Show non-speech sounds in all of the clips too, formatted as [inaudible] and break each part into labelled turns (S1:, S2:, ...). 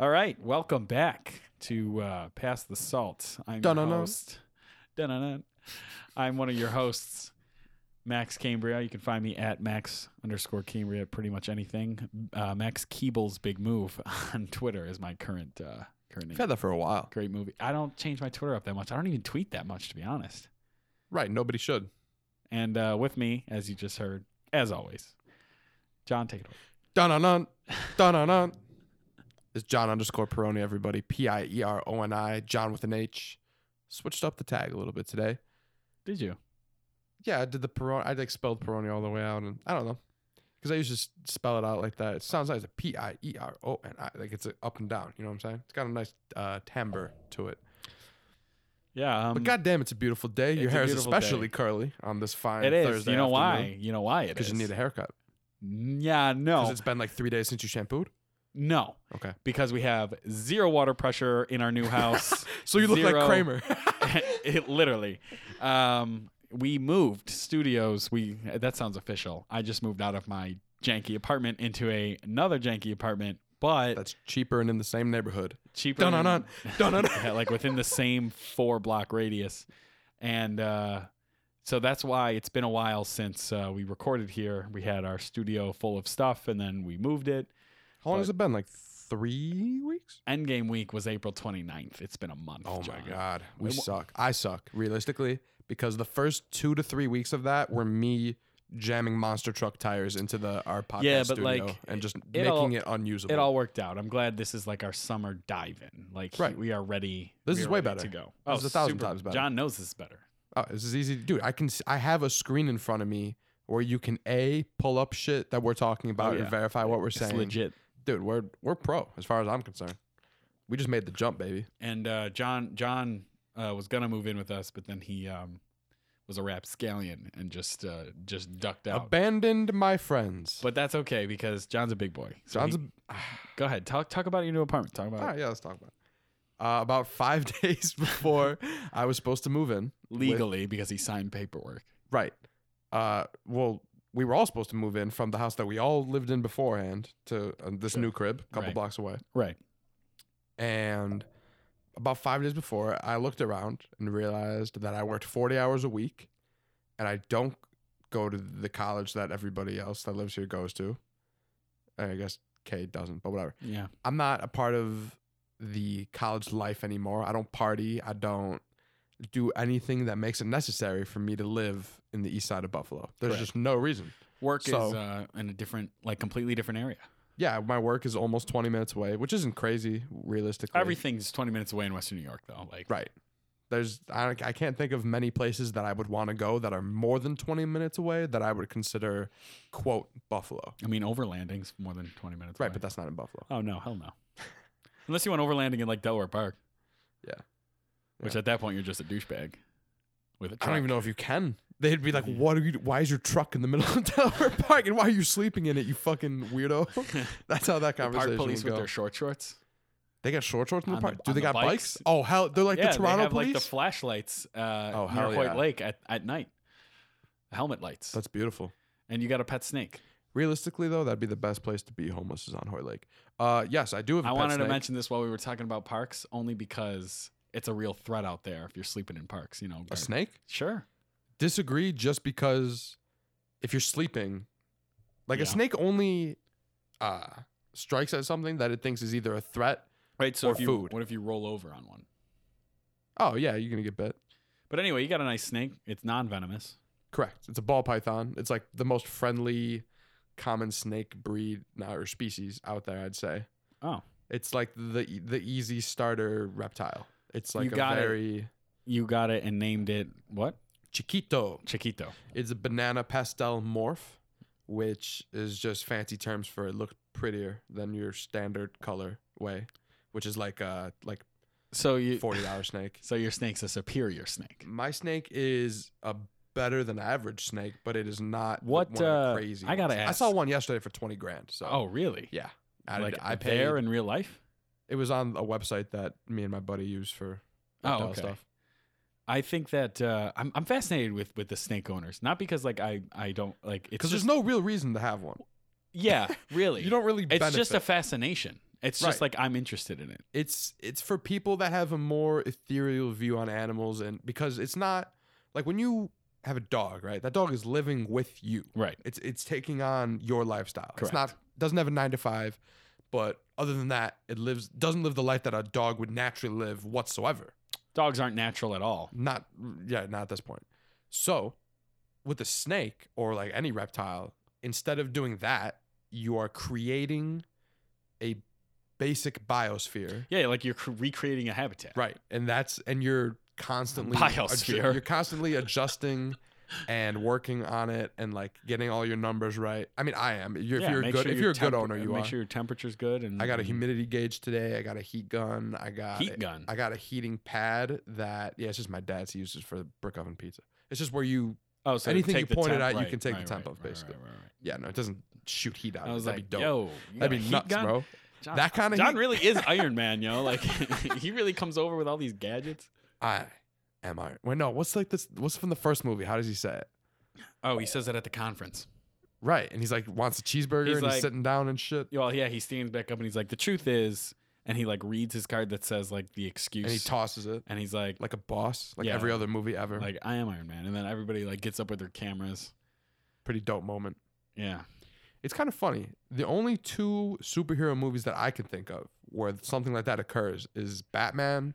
S1: Welcome back to uh, Pass the Salt. I'm
S2: Dun-dun-dun.
S1: your host. Dun-dun-dun. I'm one of your hosts, Max Cambria. You can find me at Max underscore Cambria at pretty much anything. Uh, Max Keeble's Big Move [laughs] on Twitter is my current uh, current
S2: I've
S1: name.
S2: had that for a while.
S1: Great movie. I don't change my Twitter up that much. I don't even tweet that much, to be honest.
S2: Right. Nobody should.
S1: And uh, with me, as you just heard, as always, John Taylor.
S2: Dun dun dun. Dun dun dun. It's John underscore Peroni, everybody. P I E R O N I. John with an H. Switched up the tag a little bit today.
S1: Did you?
S2: Yeah, I did the Peroni. I like spelled Peroni all the way out, and I don't know. Because I used to s- spell it out like that. It sounds like it's a P I E R O N I. Like it's a up and down. You know what I'm saying? It's got a nice uh, timbre to it.
S1: Yeah. Um,
S2: But goddamn, it's a beautiful day. Your
S1: it's a
S2: hair is
S1: beautiful day.
S2: especially curly on this fine
S1: it is.
S2: Thursday.
S1: you know why? You know why it
S2: Because
S1: is. Mm,
S2: you need a haircut.
S1: Yeah,
S2: Because
S1: no.
S2: it's been like three days since you shampooed.
S1: No,
S2: Okay.
S1: because we have zero water pressure in our new
S2: [laughs]
S1: house. [laughs]
S2: So you look
S1: Zero.
S2: like
S1: [laughs]
S2: Kramer.
S1: it literally. Um, we moved studios. We that sounds official. I just moved out of my janky apartment into a another janky apartment, but
S2: That's cheaper and in the same neighborhood.
S1: cheaper.
S2: Dun dun
S1: than-
S2: dun
S1: [laughs]
S2: dun dun.
S1: Yeah, like within the same four block radius. And uh, so that's why it's been a while since uh, we recorded here. We had our studio full of stuff and then we moved it.
S2: How long
S1: But-
S2: has it been? Like three weeks?
S1: Endgame week was April 29th. It's been a month.
S2: Oh
S1: John.
S2: my god, we
S1: Wait, wha-
S2: suck. I suck realistically because the first two to three weeks of that were me jamming monster truck tires into the our podcast
S1: Yeah, but,
S2: studio
S1: like,
S2: and just
S1: it
S2: making
S1: all-
S2: it unusable.
S1: It all worked out. I'm glad this is like our summer dive in. Like he-
S2: Right.
S1: we are ready.
S2: This
S1: we
S2: is
S1: are
S2: way
S1: ready
S2: better.
S1: to go. Oh,
S2: This is a thousand
S1: super-
S2: times better.
S1: John knows this is better.
S2: Oh, this is easy to do. I can s- I have a screen in front of me where you can a pull up shit that we're talking about
S1: Oh, yeah.
S2: and verify what we're
S1: It's
S2: saying.
S1: legit.
S2: Dude, we're we're pro as far as I'm concerned. We just made the jump, baby.
S1: And uh, John John uh, was gonna move in with us, but then he um, was a rapscallion and just uh, just ducked out.
S2: Abandoned my friends.
S1: but that's okay because John's a big boy. So
S2: John's
S1: he-
S2: a-
S1: go ahead talk talk about your new apartment. Talk about
S2: All
S1: it.
S2: right, Ah, yeah, let's talk about it. Uh, about [laughs] five days before I was supposed to move in. with-
S1: legally because he signed paperwork.
S2: right. Uh, well, we were all supposed to move in from the house that we all lived in beforehand to uh, this
S1: Sure.
S2: new crib, a couple
S1: Right.
S2: blocks away.
S1: Right.
S2: And about five days before, I looked around and realized that I worked 40 hours a week and I don't go to the college that everybody else that lives here goes to. I guess Kay doesn't, but whatever.
S1: Yeah.
S2: I'm not a part of the college life anymore. I don't party. I don't do anything that makes it necessary for me to live in the east side of Buffalo. There's
S1: Correct.
S2: just no reason.
S1: Work is
S2: So-
S1: uh, in a different, like completely different area.
S2: Yeah, my work is almost 20 minutes away, which isn't crazy realistically.
S1: Everything's 20 minutes away in Western New York, though. Like,
S2: Right. There's I, I can't think of many places that I would want to go that are more than 20 minutes away that I would consider quote Buffalo.
S1: I mean, overlanding's more than 20 minutes.
S2: Right,
S1: away.
S2: but that's not in Buffalo.
S1: oh no, hell no. Unless you want overlanding in like Delaware Park.
S2: Yeah.
S1: Which
S2: Yeah.
S1: at that point you're just a douchebag with a
S2: I
S1: truck.
S2: don't even know if you can. They'd be like, "What are you? Why is your truck in the middle of [laughs] Delaware Park? And why are you sleeping in it? You fucking [laughs]
S1: [laughs]
S2: weirdo." That's how that
S1: The
S2: conversation
S1: park police
S2: would
S1: with
S2: go.
S1: their short shorts.
S2: they got short shorts in the
S1: on
S2: park.
S1: the-
S2: Do
S1: on
S2: they
S1: the
S2: got bikes?
S1: bikes?
S2: Oh hell, they're like
S1: yeah,
S2: the Toronto
S1: they have
S2: police.
S1: like the flashlights uh,
S2: Oh,
S1: near
S2: hell
S1: Hoyt
S2: yeah.
S1: Lake at, at night. Helmet lights.
S2: That's beautiful.
S1: and you got a pet snake.
S2: Realistically though, that'd be the best place to be homeless is on Hoy Lake. Uh, yes, I do have. a
S1: I
S2: pet
S1: wanted
S2: snake.
S1: to mention this while we were talking about parks, only because it's a real threat out there if you're sleeping in parks, you know.
S2: a
S1: or-
S2: snake.
S1: Sure.
S2: disagree just because if you're sleeping, like a
S1: Yeah.
S2: snake only uh, strikes at something that it thinks is either a threat.
S1: Right. So
S2: Or
S1: if you,
S2: food.
S1: what if you roll over on one?
S2: Oh yeah, you're gonna get bit.
S1: But anyway, you got a nice snake. It's non venomous.
S2: Correct. It's a ball python. It's like the most friendly common snake breed nah, or species out there. I'd say
S1: Oh.
S2: it's like the e, the easy starter reptile. It's
S1: You
S2: like a
S1: got it.
S2: very
S1: You got it and named it what?
S2: chiquito.
S1: Chiquito.
S2: It's a banana pastel morph, which is just fancy terms for it looked prettier than your standard color way, which is like a like
S1: So you
S2: forty dollar snake.
S1: so your snake's a superior snake.
S2: My snake is a better than average snake, but it is not the-
S1: What,
S2: one of the
S1: uh,
S2: crazy.
S1: I gotta
S2: ones. I
S1: ask-
S2: saw one yesterday for twenty grand. So
S1: Oh, really?
S2: yeah, I,
S1: like
S2: I paid.
S1: there in real life?
S2: it was on a website that me and my buddy use for
S1: Oh,
S2: reptile
S1: okay.
S2: stuff.
S1: I think that uh, I'm I'm fascinated with with the snake owners. Not because like I I don't like it's
S2: Because
S1: just
S2: there's no real reason to have one. [laughs]
S1: yeah really
S2: You don't really.
S1: it's
S2: benefit.
S1: just a fascination. It's just like I'm interested in it.
S2: it's it's for people that have a more ethereal view on animals and because it's not like when you have a dog right that dog is living with you
S1: Right.
S2: it's it's taking on your lifestyle
S1: Correct.
S2: it's not doesn't have a nine to five but other than that it lives doesn't live the life that a dog would naturally live whatsoever
S1: Dogs aren't natural at all.
S2: not yeah not at this point so with a snake or like any reptile instead of doing that you are creating a basic biosphere
S1: Yeah, like you're cr- recreating a habitat.
S2: Right. And that's and you're constantly
S1: Biosphere.
S2: you're constantly adjusting and working on it and like getting all your numbers right. I mean, I am. You're,
S1: Yeah,
S2: if you're a
S1: make
S2: good
S1: sure
S2: if
S1: your
S2: you're a good
S1: temper-
S2: owner, you
S1: make
S2: are.
S1: sure your temperature's good. And
S2: I got a
S1: and
S2: humidity gauge today. I got a heat gun. I got
S1: heat gun.
S2: I got a heating pad that yeah, it's just my dad's he uses for brick oven pizza. It's just where you
S1: oh, so
S2: anything
S1: take
S2: you
S1: the
S2: pointed
S1: temp-
S2: out, you
S1: right,
S2: can take the
S1: right,
S2: temp
S1: right,
S2: of,
S1: right,
S2: basically.
S1: right, right, right.
S2: yeah, no, it doesn't shoot heat out.
S1: I
S2: of
S1: was
S2: it.
S1: like,
S2: That'd be dope.
S1: yo, you got a
S2: That'd be
S1: heat
S2: nuts,
S1: gun?
S2: bro.
S1: John,
S2: That kinda
S1: John
S2: heat-
S1: really
S2: [laughs]
S1: is Iron Man, yo. Like [laughs] he really comes over with all these gadgets.
S2: I am I. Wait, no, what's like this what's from the first movie? How does he say it?
S1: Oh, he says that at the conference.
S2: Right. And he's like wants a cheeseburger
S1: He's
S2: and
S1: like-
S2: he's sitting down and shit.
S1: Well, yeah, he stands back up and he's like, "The truth is," and he like reads his card that says like the excuse,
S2: And he tosses it
S1: and he's like,
S2: like a boss, like
S1: Yeah.
S2: every other movie ever.
S1: "Like I am Iron Man," and then everybody like gets up with their cameras.
S2: Pretty dope moment.
S1: Yeah,
S2: It's kind of funny. The only two superhero movies that I can think of where something like that occurs is Batman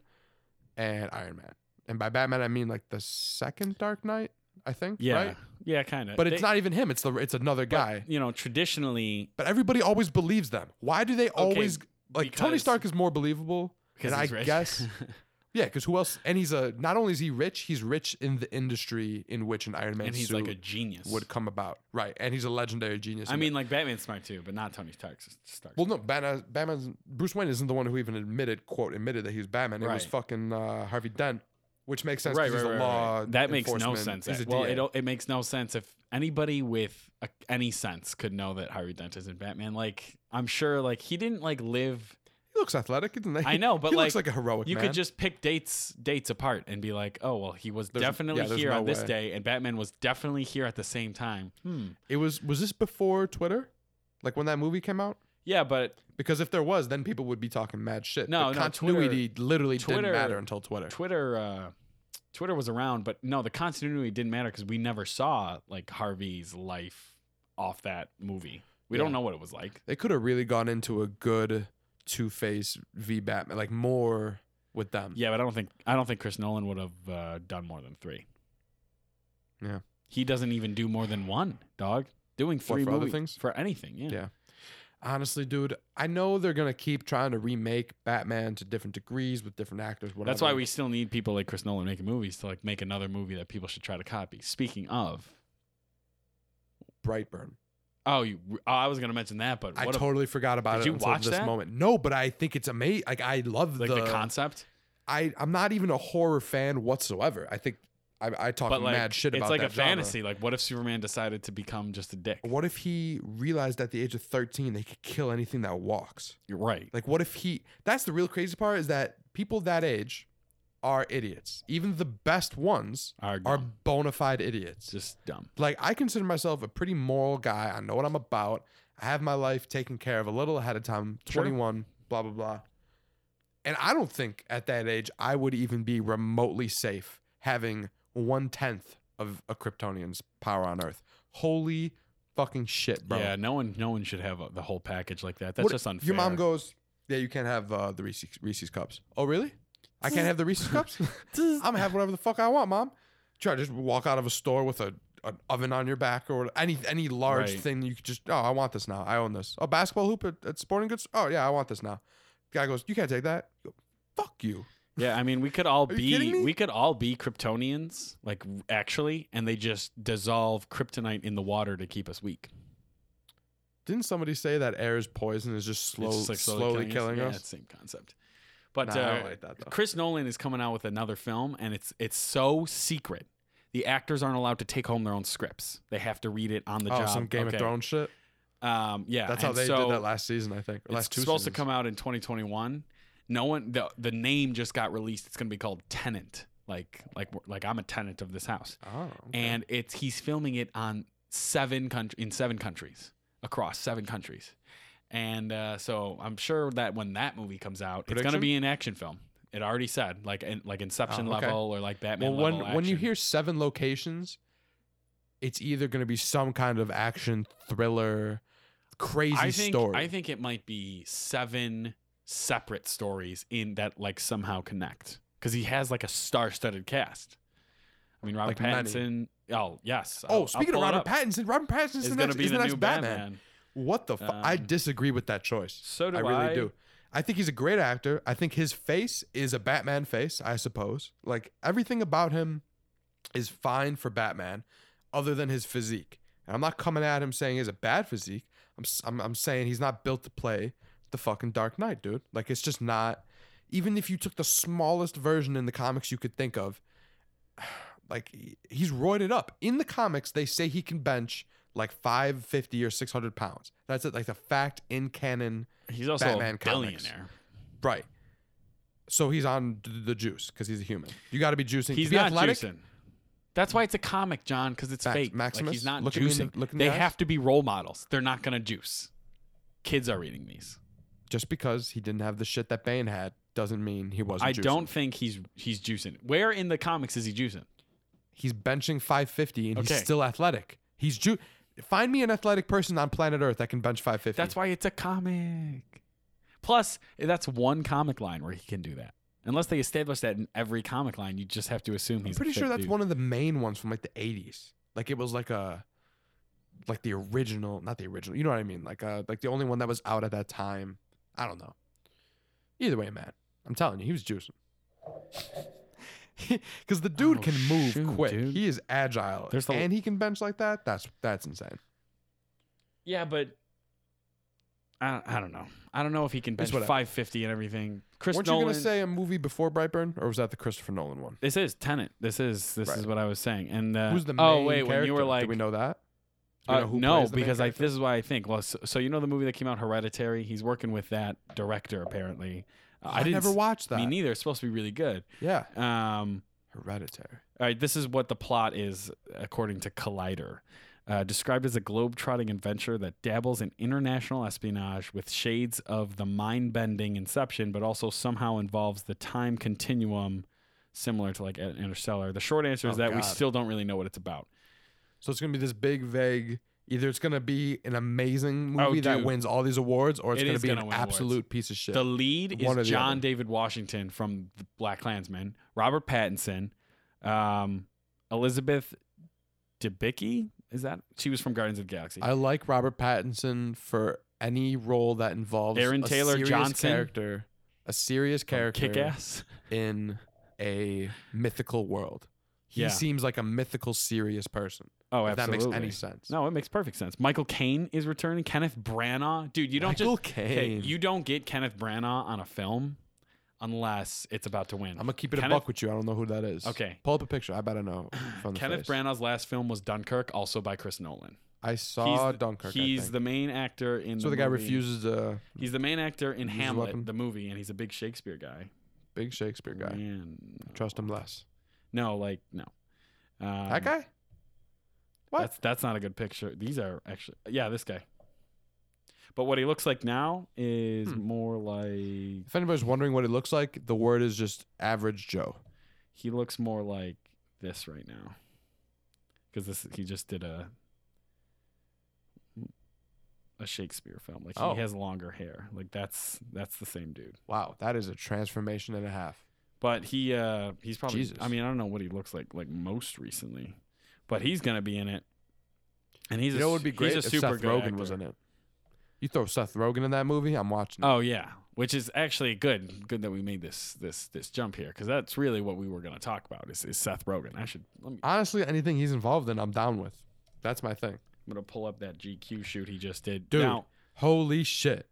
S2: and Iron Man. And by Batman I mean like the second Dark Knight, I think.
S1: yeah,
S2: Right?
S1: yeah, kind of.
S2: But it's not even him, it's the it's another guy.
S1: You know, traditionally,
S2: But everybody always believes them. Why do they always like Tony
S1: because-
S2: Stark is more believable?
S1: because
S2: and
S1: he's
S2: I
S1: rich. [laughs]
S2: guess Yeah, because who else? And he's a not only is he rich, he's rich in the industry in which an Iron Man
S1: and he's
S2: suit
S1: like a genius.
S2: would come about, right? And he's a legendary genius.
S1: I
S2: in
S1: mean,
S2: it.
S1: like Batman's smart too, but not Tony Stark's. Stark's.
S2: well, no, Batman, Batman's Bruce Wayne isn't the one who even admitted, quote, admitted that he was Batman. It was
S1: Right.
S2: fucking uh, Harvey Dent, which makes sense.
S1: right,
S2: 'cause
S1: right,
S2: he's
S1: right, right.
S2: a law
S1: That makes no
S2: enforcement-
S1: sense.
S2: he's a
S1: well,
S2: DA.
S1: it it makes no sense if anybody with a, any sense could know that Harvey Dent isn't Batman. Like, I'm sure, like he didn't like
S2: [laughs]
S1: live.
S2: he looks athletic, isn't [laughs] he?
S1: I know, but
S2: he
S1: like,
S2: looks like a heroic.
S1: you
S2: man.
S1: could just pick dates dates apart and be like, oh well, he was
S2: There's-
S1: definitely
S2: yeah, there's
S1: here
S2: no
S1: on this
S2: way.
S1: day, and Batman was definitely here at the same time. Hmm.
S2: It was was this before Twitter, like when that movie came out?
S1: Yeah, but
S2: Because if there was, then people would be talking mad shit.
S1: No,
S2: the
S1: no,
S2: continuity literally
S1: Twitter-
S2: didn't matter until Twitter.
S1: Twitter uh, Twitter was around, but no, the continuity didn't matter because we never saw like Harvey's life off that movie. We
S2: Yeah.
S1: don't know what it was like.
S2: they could have really gone into a good Two Face v Batman, like more with them.
S1: Yeah, but I don't think I don't think Chris Nolan would have uh, done more than three.
S2: Yeah.
S1: he doesn't even do more than one. Dog doing three
S2: for other
S1: movies
S2: things?
S1: for anything. Yeah,
S2: Yeah. Honestly, dude, I know they're gonna keep trying to remake Batman to different degrees with different actors. Whatever.
S1: that's why we still need people like Chris Nolan making movies to like make another movie that people should try to copy. Speaking of,
S2: Brightburn.
S1: oh, you, oh I was gonna mention that, but
S2: I
S1: what a-
S2: totally forgot about
S1: Did
S2: it
S1: you
S2: until
S1: watch
S2: this
S1: that?
S2: moment. No, but I think it's amazing. Like I love
S1: like
S2: the.
S1: the concept.
S2: I I'm not even a horror fan whatsoever. I think I, I talk
S1: but like
S2: mad shit
S1: it's
S2: about
S1: like
S2: that
S1: a
S2: genre.
S1: fantasy. Like, what if Superman decided to become just a dick?
S2: What if he realized at the age of 13 they could kill anything that walks?
S1: You're right.
S2: Like, what if he? That's the real crazy part is that people that age are idiots. Even the best ones
S1: Are,
S2: are
S1: dumb.
S2: bona fide idiots.
S1: just dumb.
S2: Like, I consider myself a pretty moral guy. I know what I'm about. I have my life taken care of a little ahead of time.
S1: Sure.
S2: 21, blah blah blah. And I don't think at that age I would even be remotely safe having one tenth of a Kryptonian's power on Earth. Holy fucking shit, bro!
S1: Yeah, no one, no one should have uh, the whole package like that. That's
S2: What-
S1: just unfair.
S2: Your mom goes, "Yeah, you can't have uh, the Reese's, Reese's cups." Oh, really? I can't have the
S1: [laughs]
S2: Reese's cups. I'm gonna have whatever the fuck I want, mom. Try to just walk out of a store with a an oven on your back or what- any any large
S1: Right.
S2: thing. You could just, oh, I want this now. I own this. A basketball hoop at, at Sporting Goods. Oh yeah, I want this now. Guy goes, you can't take that. You go, fuck you.
S1: Yeah, I mean, we could all
S2: Are you kidding
S1: be,
S2: me?
S1: we could all be Kryptonians, like r- actually, and they just dissolve kryptonite in the water to keep us weak.
S2: Didn't somebody say that air is poison is just slow,
S1: It's just, like,
S2: slowly, killing
S1: Yeah,
S2: us?
S1: it's the same concept. But
S2: Nah, I
S1: uh,
S2: don't like that though.
S1: Chris Nolan is coming out with another film, and it's it's so secret. The actors aren't allowed to take home their own scripts. They have to read it on the
S2: oh,
S1: job.
S2: some Game
S1: Okay.
S2: of Thrones shit.
S1: Um, yeah,
S2: That's how
S1: and
S2: they
S1: so
S2: did that last season, I think. Or last
S1: it's
S2: two
S1: supposed
S2: seasons.
S1: to come out in 2021. No one, the the name just got released. It's gonna be called Tenant. Like like like I'm a tenant of this house,
S2: Oh, okay.
S1: and it's he's filming it on seven country in seven countries across seven countries, And uh, so I'm sure that when that movie comes out, it's
S2: Prediction?
S1: going to be an action film. It already said like in, like Inception
S2: Oh, okay.
S1: level or like Batman
S2: well, when
S1: level.
S2: when you
S1: action.
S2: hear seven locations, it's either going to be some kind of action thriller, crazy
S1: I think
S2: story.
S1: I think it might be seven separate stories in that like somehow connect because he has like a star-studded cast. I mean, Robert
S2: Like many.
S1: Pattinson. Oh yes. I'll-
S2: oh,
S1: I'll
S2: speaking of
S1: pull it
S2: Robert
S1: up.
S2: Pattinson, Robert
S1: is
S2: Pattinson is the
S1: going
S2: next,
S1: to be
S2: is
S1: the,
S2: next
S1: new
S2: Batman.
S1: Batman.
S2: What the fuck? I
S1: Um,
S2: disagree with that choice.
S1: So do
S2: I
S1: I.
S2: really do. I think he's a great actor. I think his face is a Batman face, I suppose. Like everything about him is fine for Batman, other than his physique. And I'm not coming at him saying he's a bad physique. I'm s- I'm, I'm saying he's not built to play the fucking Dark Knight, dude. Like it's just not. Even if you took the smallest version in the comics you could think of, [sighs] like he- he's roided up. In the comics, they say he can bench like 550 or 600 pounds. That's it. Like the fact in canon
S1: He's also
S2: Batman
S1: a
S2: comics.
S1: billionaire.
S2: Right. So he's on d- the juice because he's a human. You got to be juicing.
S1: He's
S2: to be
S1: not
S2: athletic,
S1: juicing. That's why it's a comic, John, because it's
S2: Max-
S1: fake. like,
S2: Maximus,
S1: he's not
S2: look at me in the-
S1: juicing.
S2: look in the
S1: they
S2: eyes.
S1: have to be role models. They're not going to juice. Kids are reading these.
S2: Just because he didn't have the shit that Bane had doesn't mean he wasn't.
S1: I
S2: juicing.
S1: don't think he's he's juicing. Where in the comics is he juicing?
S2: He's benching 550 and
S1: Okay.
S2: he's still athletic. He's ju. Find me an athletic person on planet Earth that can bench 550.
S1: That's why it's a comic. Plus, that's one comic line where he can do that. Unless they establish that in every comic line, you just have to assume
S2: I'm
S1: he's. a
S2: pretty
S1: fit
S2: sure that's
S1: dude.
S2: one of the main ones from like the 80s. Like it was like a, like the original, not the original. You know what I mean? Like uh, like the only one that was out at that time. I don't know. Either way, man, I'm telling you, he was juicing. [laughs] Because the dude
S1: Oh,
S2: can move
S1: shoot,
S2: quick.
S1: dude.
S2: He is agile,
S1: There's the-
S2: and he can bench like that. That's that's insane.
S1: Yeah, but I, I don't know. I don't know if he can bench
S2: whatever.
S1: 550 and everything. Chris
S2: Weren't
S1: Nolan.
S2: you gonna say a movie before Brightburn, or was that the Christopher Nolan one?
S1: this is Tenant. This is this
S2: Right.
S1: is what I was saying. And uh,
S2: Who's the main
S1: oh wait, when
S2: character?
S1: you were like
S2: Do we know that? Do we
S1: Uh,
S2: know who
S1: no,
S2: plays the main
S1: because I,
S2: character?
S1: this is why I think. Well, so, so you know the movie that came out, Hereditary. He's working with that director apparently. Uh, I,
S2: I
S1: didn't
S2: never
S1: s-
S2: watched that.
S1: Me neither. It's supposed to be really good.
S2: Yeah,
S1: Um,
S2: Hereditary.
S1: all right, this is what the plot is according to Collider. Uh, described as a globe-trotting adventure that dabbles in international espionage with shades of the mind-bending Inception, but also somehow involves the time continuum, similar to like Interstellar. The short answer is
S2: Oh,
S1: that we
S2: God.
S1: still don't really know what it's about.
S2: So it's gonna be this big, vague. Either it's gonna be an amazing
S1: Oh,
S2: movie that
S1: dude.
S2: wins all these awards, or it's
S1: It
S2: gonna
S1: is
S2: be
S1: gonna
S2: an
S1: win awards.
S2: absolute piece of shit.
S1: The lead
S2: One or
S1: is
S2: the
S1: John
S2: other.
S1: David Washington from the Black Klansman, Robert Pattinson, um, Elizabeth Debicki. Is that she was from Guardians of the Galaxy?
S2: I like Robert Pattinson for any role that involves
S1: Aaron
S2: a
S1: Taylor
S2: serious
S1: Johnson?
S2: character, a serious character
S1: Kick ass.
S2: in a mythical world. He
S1: Yeah.
S2: seems like a mythical, serious person.
S1: Oh,
S2: if that
S1: absolutely.
S2: makes any sense.
S1: No, it makes perfect sense. Michael Caine is returning. Kenneth Branagh, dude, you don't
S2: Michael
S1: just okay,
S2: Caine.
S1: you don't get Kenneth Branagh on a film unless it's about to win.
S2: I'm gonna keep it
S1: Kenneth-
S2: a buck with you. I don't know who that is.
S1: Okay.
S2: pull up a picture. I better know from the
S1: Kenneth
S2: face.
S1: Branagh's last film was Dunkirk, also by Chris Nolan.
S2: I saw
S1: the-
S2: Dunkirk. I
S1: He's
S2: think.
S1: the main actor in.
S2: so the guy
S1: movie.
S2: refuses to
S1: He's the main actor in
S2: Use the weapon.
S1: Hamlet, the movie, and he's a big Shakespeare guy.
S2: big Shakespeare guy.
S1: Man,
S2: Trust him less.
S1: no, like no. Um,
S2: that guy? What?
S1: That's that's not a good picture. These are actually yeah, this guy. But what he looks like now is
S2: Hmm.
S1: more like
S2: If anybody's wondering what it looks like, the word is just average Joe.
S1: he looks more like this right now. Because this he just did a a Shakespeare film. Like he
S2: Oh.
S1: has longer hair. Like that's that's the same dude.
S2: Wow, that is a transformation and a half.
S1: But he uh he's probably
S2: Jesus.
S1: I mean, I don't know what he looks like like most recently. But he's gonna be in it. And he's
S2: you
S1: a,
S2: know what
S1: s-
S2: would be great
S1: he's a
S2: if
S1: super
S2: Seth
S1: good
S2: Rogen was
S1: actor.
S2: in it. You throw Seth Rogen in that movie, I'm watching. it.
S1: Oh yeah, which is actually good. Good that we made this this this jump here because that's really what we were going to talk about is, is Seth Rogen. I should let me.
S2: Honestly, anything he's involved in, I'm down with. That's my thing.
S1: I'm going to pull up that GQ shoot he just did.
S2: Dude.
S1: Now,
S2: Holy shit.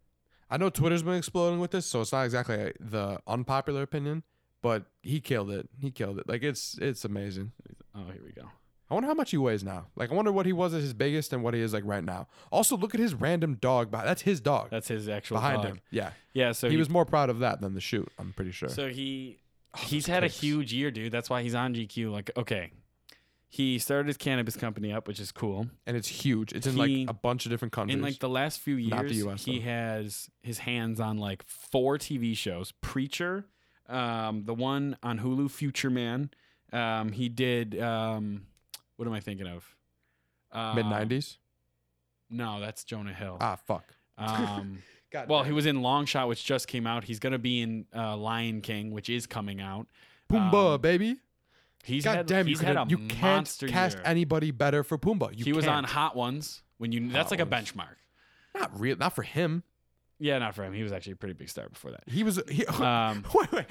S2: I know Twitter's been exploding with this, so it's not exactly uh, the unpopular opinion, but he killed it. He killed it. Like it's it's amazing.
S1: oh here we go.
S2: I wonder how much he weighs now. Like I wonder what he was at his biggest and what he is like right now. Also, look at his random dog. beh- That's his dog
S1: That's his actual
S2: behind
S1: dog.
S2: him. Yeah.
S1: Yeah, so
S2: he, was more proud of that than the shoot. I'm pretty sure.
S1: so he
S2: Oh,
S1: he's
S2: those
S1: had
S2: kicks.
S1: a huge year, dude. That's why he's on GQ. Like okay, He started his cannabis company up, which is cool.
S2: and it's huge. It's in
S1: He-
S2: like a bunch of different countries.
S1: In like the last few
S2: Not the
S1: years,
S2: US,
S1: he
S2: though.
S1: has his hands on like four TV shows: Preacher, um, the one on Hulu, Future Man. Um, he did. Um, what am I thinking of? Uh,
S2: mid '90s.
S1: No, that's Jonah Hill.
S2: Ah, fuck.
S1: Um,
S2: God
S1: well, he was in Long Shot, which just came out. He's gonna be in uh, Lion King, which is coming out.
S2: Pumbaa,
S1: um,
S2: baby.
S1: He's
S2: God
S1: had,
S2: damn,
S1: he's
S2: you,
S1: had
S2: couldn't-
S1: a
S2: you can't
S1: monster
S2: cast
S1: year.
S2: anybody better for Pumbaa. You
S1: he was on
S2: can't.
S1: Hot Ones when you. that's
S2: Hot
S1: like
S2: Ones.
S1: a benchmark.
S2: not real, not for him.
S1: Yeah, not for him. He was actually a pretty big star before
S2: [laughs]
S1: that.
S2: He was he,
S1: Um,
S2: wait, wait.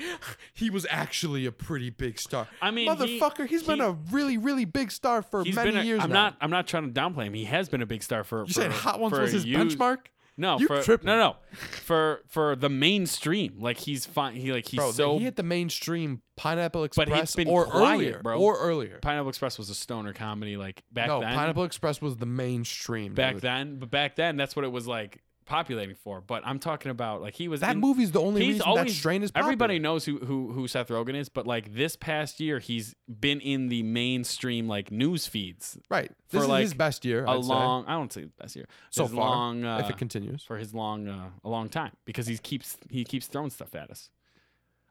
S2: he was actually a pretty big star.
S1: I mean, he-
S2: motherfucker, he, has been
S1: he-
S2: a really really big star for
S1: He's
S2: many
S1: been a,
S2: years
S1: I'm
S2: now.
S1: not. I'm not trying to downplay him. He has been a big star for.
S2: you
S1: for,
S2: said Hot Ones
S1: for
S2: was his
S1: you-
S2: benchmark?
S1: No,
S2: You
S1: for,
S2: tripping.
S1: no, no. For for the mainstream, like he's fine. He like he's
S2: Bro,
S1: so.
S2: he hit the mainstream Pineapple
S1: But
S2: Express
S1: it's been
S2: or
S1: quiet,
S2: earlier,
S1: bro.
S2: or earlier.
S1: Pineapple Express was a stoner comedy. Like back
S2: no,
S1: then,
S2: Pineapple Express was the mainstream.
S1: back
S2: dude.
S1: then, but back then that's what it was like populating for. But I'm talking about like he was
S2: that
S1: in-
S2: movie's the only
S1: he's
S2: reason that
S1: always-
S2: strain is popular.
S1: Everybody knows who, who who Seth Rogen is, but like this past year, he's been in the mainstream like news feeds
S2: right.
S1: for,
S2: This is his
S1: like,
S2: best year.
S1: a
S2: I'd say,
S1: long. I don't say past year.
S2: So
S1: his
S2: far,
S1: long, uh,
S2: if it continues.
S1: for his long uh, a long time because he keeps he keeps throwing stuff at us.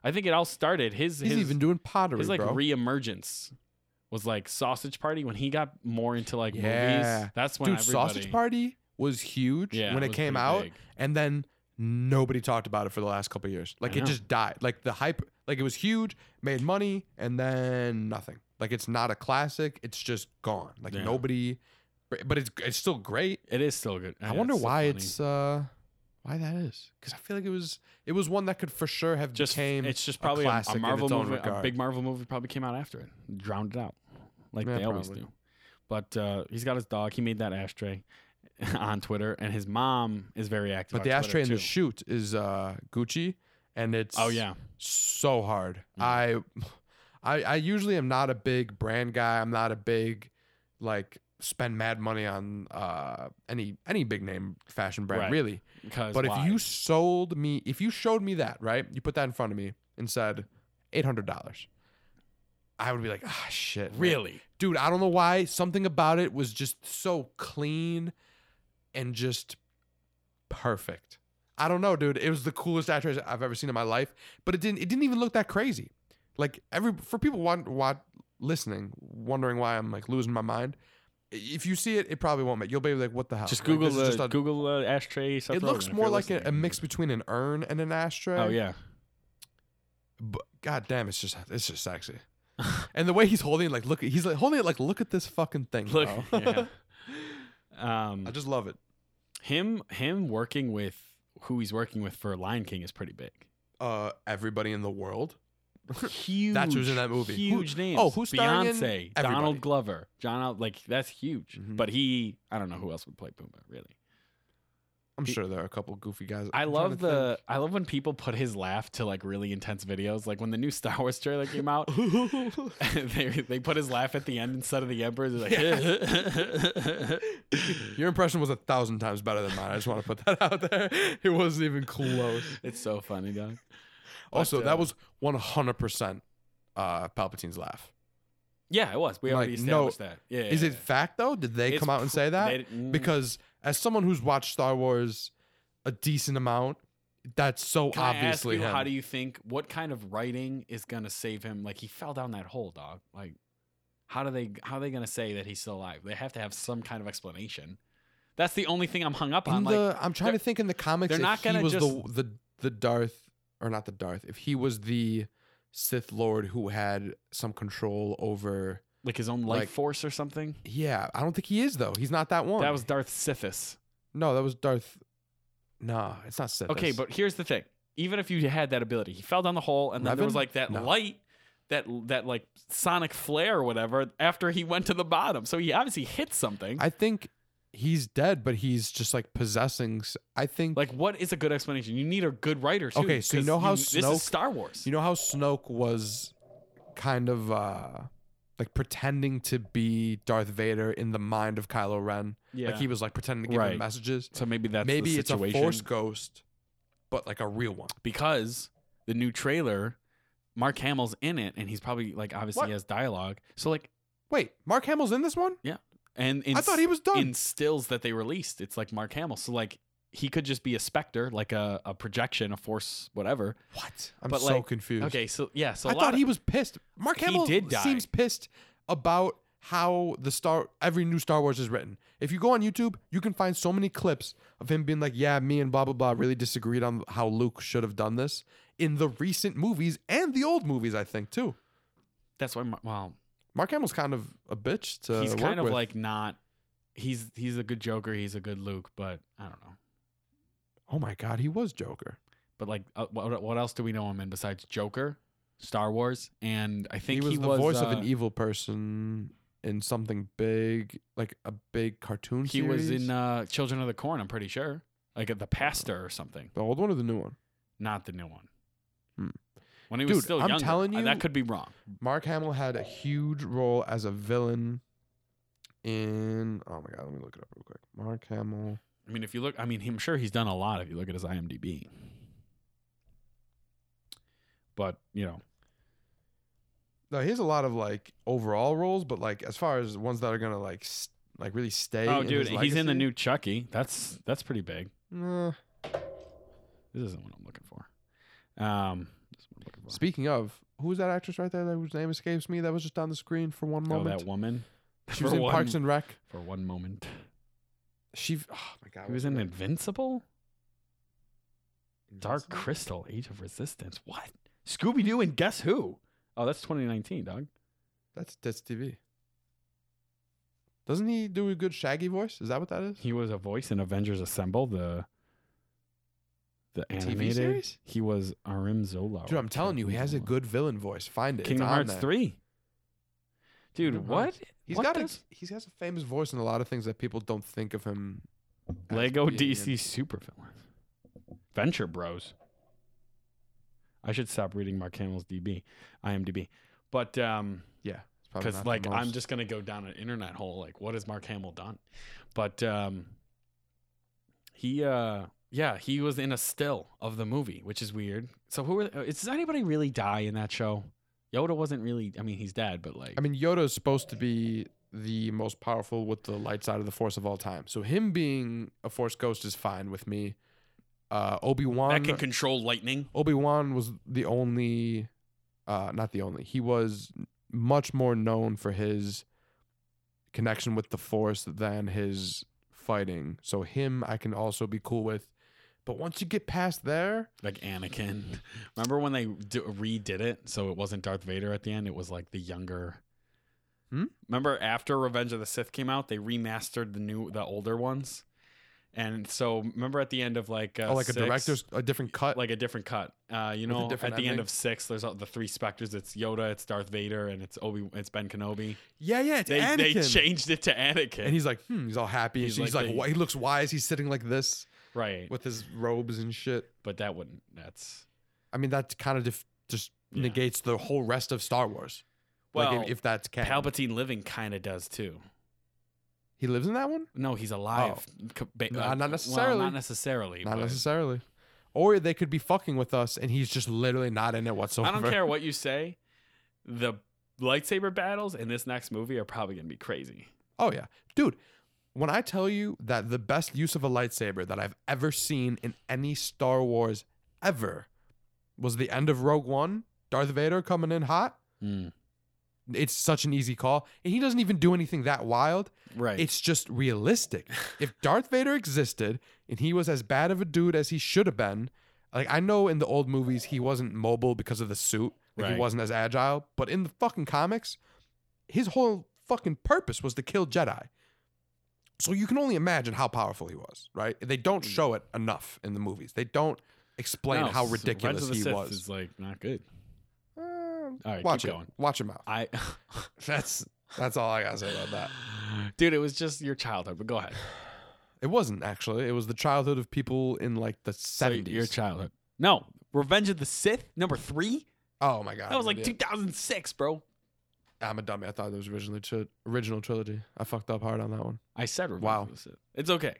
S1: I think it all started his
S2: He's
S1: his
S2: even doing pottery,
S1: his like
S2: bro.
S1: reemergence was like Sausage Party when he got more into like
S2: Yeah.
S1: movies. That's when
S2: Dude,
S1: everybody,
S2: Sausage Party was huge
S1: Yeah,
S2: when it
S1: was
S2: came
S1: pretty
S2: out,
S1: big.
S2: and then nobody talked about it for the last couple of years. Like
S1: I
S2: it
S1: know.
S2: just died. Like the hype, like it was huge, made money, and then nothing. Like it's not a classic. It's just gone. Like
S1: Yeah.
S2: nobody, but it's it's still great.
S1: It is still good.
S2: I
S1: Yeah,
S2: wonder
S1: so
S2: why
S1: funny.
S2: it's uh why that is because I feel like it was it was one that could for sure have
S1: just
S2: became
S1: it's just
S2: a
S1: probably a,
S2: classic in
S1: Marvel
S2: its own
S1: movie, a
S2: regard.
S1: big Marvel movie probably came out after it, drowned it out, like
S2: Yeah,
S1: they always
S2: probably.
S1: do. But uh, he's got his dog. He made that ashtray [laughs] on Twitter, and his mom is very active.
S2: But
S1: on
S2: the
S1: Twitter,
S2: ashtray in
S1: too.
S2: the shoot is uh Gucci, and it's
S1: Oh yeah,
S2: so hard.
S1: Mhm.
S2: I, I I usually am not a big brand guy. I'm not a big like spend mad money on uh any any big name fashion brand
S1: Right.
S2: really.
S1: because
S2: But
S1: why?
S2: if you sold me, if you showed me that right, you put that in front of me and said eight hundred dollars, I would be like, ah, shit, man."
S1: really
S2: dude. I don't know why something about it was just so clean and just perfect. I don't know, dude. It was the coolest actress I've ever seen in my life, but it didn't. It didn't even look that crazy. Like every for people want, want listening, wondering why I'm like losing my mind. If you see it, it probably won't make. You'll be like, what the hell?
S1: just
S2: Like,
S1: Google
S2: Oh, this is
S1: uh,
S2: just a-
S1: Google uh, ashtray. Seth
S2: it looks
S1: Rogen if
S2: more
S1: you're
S2: like a, a
S1: listening.
S2: mix between an urn and an ashtray.
S1: Oh yeah,
S2: But god damn, it's just it's
S1: [laughs]
S2: just sexy. and the way he's holding it, like look he's like holding it like look at this fucking thing.
S1: [laughs] look. [laughs]
S2: bro.
S1: yeah. Um,
S2: Oh. I just love it.
S1: him him working with who he's working with for Lion King is pretty big.
S2: Uh everybody in the world.
S1: huge.
S2: That's who's in that movie. Who-
S1: Huge names.
S2: oh, who's starring in-
S1: Beyonce,
S2: Everybody.
S1: Donald Glover, John. Al- Like that's huge.
S2: Mhm.
S1: But he, I don't know who else would play Pumbaa. Really,
S2: I'm
S1: He-
S2: sure there are a couple goofy guys.
S1: I
S2: I'm trying
S1: love
S2: to
S1: the. I love when people put his laugh to like really intense videos. Like when the new [laughs] Star Wars trailer came
S2: [laughs]
S1: out, [laughs]
S2: think.
S1: they they put his laugh at the end instead of the Emperor. They're like,
S2: [laughs]
S1: [laughs]
S2: Your impression was a thousand times better than mine. I just want to put that out there. [laughs] It wasn't even close.
S1: it's so funny, dog.
S2: also,
S1: But, uh,
S2: that was 100% uh, Palpatine's laugh.
S1: Yeah, it was. We
S2: Like,
S1: already
S2: no-
S1: established that. Yeah.
S2: Is
S1: yeah,
S2: it
S1: yeah.
S2: fact though? Did they
S1: It's
S2: come out and
S1: pr-
S2: say that?
S1: They didn't-
S2: because as someone who's watched Star Wars a decent amount, that's so
S1: Can
S2: obviously
S1: I ask you,
S2: him.
S1: how do you think what kind of writing is gonna save him? Like he fell down that hole, dog. Like how do they how are they gonna say that he's still alive? They have to have some kind of explanation. That's the only thing I'm hung up
S2: In
S1: on. like
S2: the, I'm trying to think in the comics
S1: they're
S2: if
S1: not
S2: he
S1: gonna
S2: was
S1: just-
S2: the, the the Darth or not the Darth, if he was the Sith Lord who had some control over.
S1: like his own life
S2: like-
S1: force or something.
S2: Yeah, I don't think he is though. He's not that one.
S1: That was Darth Sithis.
S2: no, that was Darth. No, it's not Sith.
S1: Okay,
S2: It's-
S1: but here's the thing. Even if you had that ability, he fell down the hole and then there was
S2: Revan?
S1: like that
S2: No.
S1: light that that like sonic flare or whatever after he went to the bottom. So he obviously hit something.
S2: I think he's dead, but he's just like possessing. s- I think
S1: like what is a good explanation? You need a good writer too.
S2: Okay, so you
S1: 'cause
S2: know how
S1: this
S2: Snoke-
S1: is Star Wars.
S2: You know how Snoke was kind of uh like pretending to be Darth Vader in the mind of Kylo Ren.
S1: Yeah.
S2: Like he was like pretending to give
S1: Right.
S2: him messages.
S1: so maybe that's
S2: Maybe
S1: the
S2: it's a
S1: situation.
S2: force ghost, but like a real one.
S1: because the new trailer, Mark Hamill's in it, and he's probably like obviously
S2: What?
S1: has dialogue. So like,
S2: Wait, Mark Hamill's in this one?
S1: and
S2: I thought he was done.
S1: in stills that they released, it's like Mark Hamill. So like he could just be a specter, like a, a projection, a force, whatever.
S2: what? I'm
S1: but,
S2: so
S1: like,
S2: confused.
S1: Okay, so yeah, so a
S2: I
S1: lot
S2: thought
S1: of-
S2: he was pissed. Mark
S1: He
S2: Hamill
S1: did die.
S2: seems pissed about how the star every new Star Wars is written. If you go on YouTube, you can find so many clips of him being like, "Yeah, me and blah blah blah really disagreed on how Luke should have done this." In the recent movies and the old movies, I think too.
S1: that's why. Mar- Well,
S2: Mark Hamill's kind of a bitch to
S1: he's
S2: work
S1: kind of
S2: with.
S1: like not. He's he's a good Joker. He's a good Luke, but I don't know.
S2: "Oh my god, he was Joker."
S1: But like, uh, what, what else do we know him in besides Joker, Star Wars, and I think
S2: he was the voice of
S1: uh,
S2: an evil person in something big, like a big cartoon
S1: He was
S2: series.
S1: in uh, Children of the Corn. I'm pretty sure, like uh, the pastor or something,
S2: the old one or the new one.
S1: not the new one.
S2: Hmm.
S1: When he was
S2: Dude,
S1: still
S2: I'm
S1: younger,
S2: telling
S1: Uh,
S2: you-
S1: that could be wrong.
S2: Mark Hamill had a huge role as a villain in. Oh my god, let me look it up real quick. Mark Hamill.
S1: I mean, if you look, I mean, I'm sure he's done a lot if you look at his IMDb. But you know,
S2: No, he has a lot of like overall roles, but like as far as ones that are gonna like st- like really stay.
S1: oh
S2: in
S1: dude,
S2: his
S1: he's in the
S2: legacy,
S1: new Chucky. That's that's pretty big.
S2: nah.
S1: This isn't what I'm looking for. Um, this is what I'm looking for.
S2: Speaking of, who's that actress right there that whose name escapes me? That was just on the screen for one
S1: oh,
S2: moment.
S1: that woman.
S2: she was
S1: for
S2: in
S1: one-
S2: Parks and Rec.
S1: for one moment.
S2: She. Oh my god,
S1: He was in Invincible, Dark Crystal, Age of Resistance. What? Scooby Doo and Guess Who? Oh, that's 2019, dog.
S2: That's that's TV. Doesn't he do a good Shaggy voice? Is that what that is?
S1: He was a voice in Avengers Assemble, the the animated.
S2: TV series.
S1: He was Arim Zola.
S2: Dude, I'm telling you, he has a good villain voice. Find it.
S1: Kingdom
S2: it's on
S1: Hearts
S2: there.
S1: three. Dude,
S2: Kingdom
S1: what?
S2: He's
S1: what
S2: got
S1: does-
S2: a he has a famous voice in a lot of things that people don't think of him. as
S1: Lego
S2: being in.
S1: DC supervillain. Venture Bros. I should stop reading Mark Hamill's DB, IMDb, but um,
S2: Yeah, it's probably
S1: because
S2: not the
S1: like I'm
S2: most-
S1: just gonna go down an internet hole. Like, what has Mark Hamill done? But um, he, uh, yeah, he was in a still of the movie, which is weird. So who were? Is, does anybody really die in that show? Yoda wasn't really. I mean, he's dead, but like,
S2: I mean, Yoda is supposed to be the most powerful with the light side of the Force of all time. So him being a Force ghost is fine with me. Uh, Obi
S1: that
S2: Wan.
S1: can control lightning.
S2: Obi Wan was the only, uh, not the only. He was much more known for his connection with the Force than his fighting. So him, I can also be cool with. But once you get past there,
S1: like Anakin. [laughs] Remember when they d- redid it? So it wasn't Darth Vader at the end. It was like the younger.
S2: Hmm?
S1: Remember after Revenge of the Sith came out, they remastered the new, the older ones. And so remember at the end of like uh,
S2: oh, like a
S1: six,
S2: director's a different cut.
S1: like a different cut. Uh, you
S2: With a
S1: know, at the
S2: different
S1: end
S2: ending?
S1: of six, there's all the three specters. It's Yoda, it's Darth Vader, and it's Obi, it's Ben Kenobi.
S2: yeah, yeah, it's
S1: They
S2: Anakin.
S1: they changed it to
S2: and
S1: Anakin,
S2: he's like, hmm, he's all happy.
S1: He's
S2: He's, he's
S1: like
S2: like,
S1: the-
S2: wi- he looks wise. He's sitting like this
S1: right?
S2: with his robes and shit.
S1: But that wouldn't. That's
S2: I mean, that kind of def- just
S1: Yeah.
S2: negates the whole rest of Star Wars.
S1: well,
S2: like if, if that's canon.
S1: Palpatine living kind of does too.
S2: he lives in that one.
S1: No, he's alive. Co- ba-
S2: No,
S1: uh,
S2: Oh. not
S1: well,
S2: necessarily.
S1: not necessarily.
S2: Not
S1: but-
S2: necessarily. Or they could be fucking with us and he's just literally not in it whatsoever.
S1: I don't care
S2: [laughs]
S1: what you say. The lightsaber battles in this next movie are probably gonna be crazy.
S2: Oh yeah. Dude, when I tell you that the best use of a lightsaber that I've ever seen in any Star Wars ever was the end of Rogue One, Darth Vader coming in hot. Mm, It's such an easy call. And he doesn't even do anything that wild.
S1: Right.
S2: It's just realistic.
S1: [laughs]
S2: if Darth Vader existed and he was as bad of a dude as he should have been, like I know in the old movies he wasn't mobile because of the suit, like
S1: Right.
S2: he wasn't as agile, but in the fucking comics, his whole fucking purpose was to kill Jedi. So you can only imagine how powerful he was, right? They don't show it enough in the movies. They don't explain
S1: Mm. No,
S2: how
S1: Revenge of the
S2: ridiculous he
S1: Sith
S2: was.
S1: Is like not good.
S2: Uh,
S1: All right,
S2: watch
S1: keep
S2: it.
S1: going.
S2: Watch him out.
S1: [laughs] I,
S2: That's that's all I gotta say about that.
S1: dude, it was just your childhood. But go ahead.
S2: It wasn't actually. It was the childhood of people in like the
S1: So
S2: seventies.
S1: your childhood. No, Revenge of the Sith number three.
S2: Oh my god!
S1: That was
S2: I'm
S1: like
S2: an
S1: 2006, bro.
S2: idiot. I'm a dummy. I thought it was originally tri- original trilogy. I fucked up hard on that one.
S1: I said Revenge
S2: Wow.
S1: of the Sith. It's okay.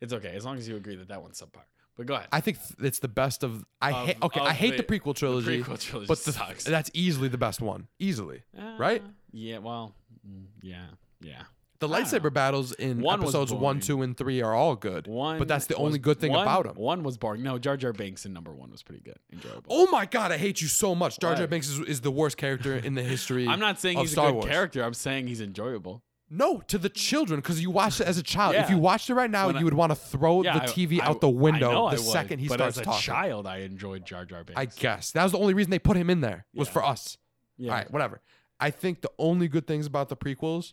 S1: It's okay as long as you agree that that one's subpar. But go ahead.
S2: I think th- it's the best of. I
S1: Of-
S2: hate. Okay, I
S1: of
S2: hate the,
S1: the-
S2: prequel
S1: The
S2: trilogy,
S1: prequel trilogy
S2: but the,
S1: sucks.
S2: that's easily the best one. Easily, right?
S1: Uh, Yeah, well, mm, yeah, yeah.
S2: The
S1: I don't know.
S2: lightsaber battles in
S1: One was
S2: episodes one,
S1: boring.
S2: two, and three are all good.
S1: One,
S2: But that's the
S1: was-
S2: only good thing
S1: one-
S2: about 'em.
S1: One was boring. No, Jar Jar Binks in number one was pretty good, enjoyable.
S2: Oh my god, I hate you so much. Jar
S1: Why?
S2: Jar Binks is, is the worst character in the history.
S1: [laughs] I'm not saying
S2: of
S1: he's
S2: Star
S1: a good
S2: Wars.
S1: character. I'm saying he's enjoyable.
S2: No, to the children, because you watched it as a child. If
S1: Yeah.
S2: you watched it right now,
S1: When I-
S2: you would want to throw
S1: Yeah, I-
S2: the TV
S1: I-
S2: out the
S1: I
S2: window
S1: know
S2: the
S1: I would,
S2: second he
S1: but
S2: starts
S1: as a
S2: talking.
S1: child, I enjoyed Jar Jar Binks.
S2: I guess that was the only reason they put him in there was
S1: Yeah.
S2: for us.
S1: Yeah.
S2: All right, whatever. I think the only good things about the prequels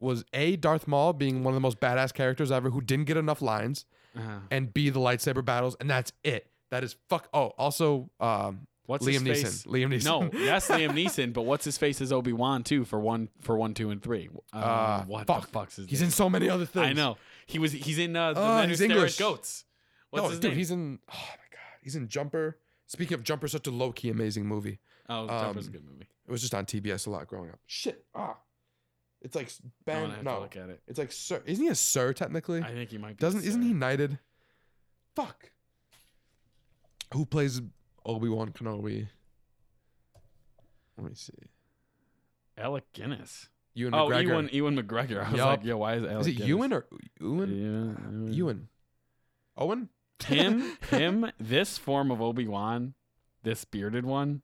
S2: was a Darth Maul being one of the most badass characters ever, who didn't get enough lines,
S1: Uh,
S2: and b the lightsaber battles, and that's it. That is fuck. Oh, also um,
S1: what's
S2: Liam
S1: his
S2: Neeson.
S1: face?
S2: Liam Neeson.
S1: No,
S2: [laughs]
S1: that's Liam Neeson. But what's his face is Obi Wan too for one for one, two, and three. Uh,
S2: Uh,
S1: what
S2: fuck.
S1: the fuck's his
S2: he's
S1: name?
S2: in so many other things.
S1: I know he was. He's in uh, the
S2: Oh,
S1: men who
S2: he's
S1: stare at
S2: English.
S1: goats. What's
S2: no,
S1: his
S2: dude,
S1: name?
S2: he's in. Oh my god, he's in Jumper. Speaking of Jumper, such a low key amazing movie.
S1: oh, Jumper's
S2: um,
S1: a good movie.
S2: It was just on TBS a lot growing up. Shit, ah, it's like
S1: I'm
S2: Ben.
S1: gonna have to
S2: No,
S1: look at it.
S2: it's like Sir. Isn't he a Sir technically?
S1: I think he might. Be
S2: Doesn't isn't
S1: sir.
S2: he knighted? Fuck. Who plays Obi Wan Kenobi? Let me see.
S1: Alec Guinness?
S2: Ewan
S1: Oh,
S2: McGregor.
S1: Ewan Ewan McGregor. [laughs] I was
S2: Yup.
S1: like, yo, why is Alec?
S2: is it
S1: Guinness?
S2: Ewan or Ewan?
S1: Yeah,
S2: [laughs] Ewan. Owen. [laughs]
S1: him him this form of obi-wan this bearded one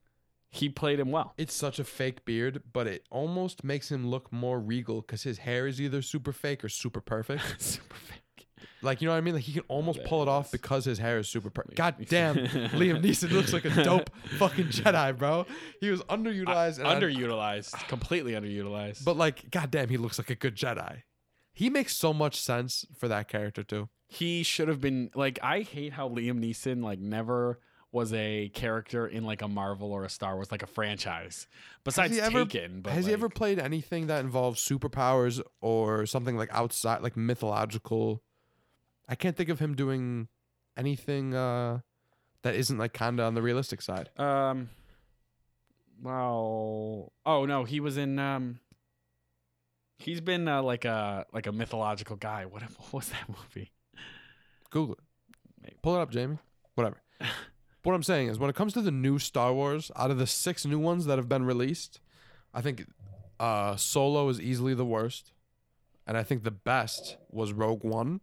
S1: he played him well
S2: It's such a fake beard, but it almost makes him look more regal because his hair is either super fake or [laughs] super perfect.
S1: [laughs] super fake
S2: Like you know what I mean? Like he can almost
S1: there
S2: pull
S1: it
S2: it off
S1: is.
S2: because his hair is super perfect.
S1: Liam
S2: God damn,
S1: Neeson.
S2: Liam Neeson looks like a dope fucking Jedi, bro. He was underutilized. and I-
S1: underutilized completely underutilized
S2: But like, goddamn, he looks like a good Jedi. He makes so much sense for that character too.
S1: he should have been like i hate how liam neeson like never was a character in like a marvel or a star wars like a franchise besides
S2: he ever-
S1: taken but
S2: Has he ever
S1: like,
S2: played anything that involves superpowers or something like outside, like mythological? I can't think of him doing anything uh, that isn't like kinda on the realistic side.
S1: um well oh no he was in um he's been uh, like a like a mythological guy what, [laughs] what was that movie
S2: Google it.
S1: Maybe.
S2: Pull it up, Jamie.
S1: [laughs]
S2: Whatever. what I'm saying is, when it comes to the new Star Wars, out of the six new ones that have been released, I think uh, Solo is easily the worst, and I think the best was Rogue One,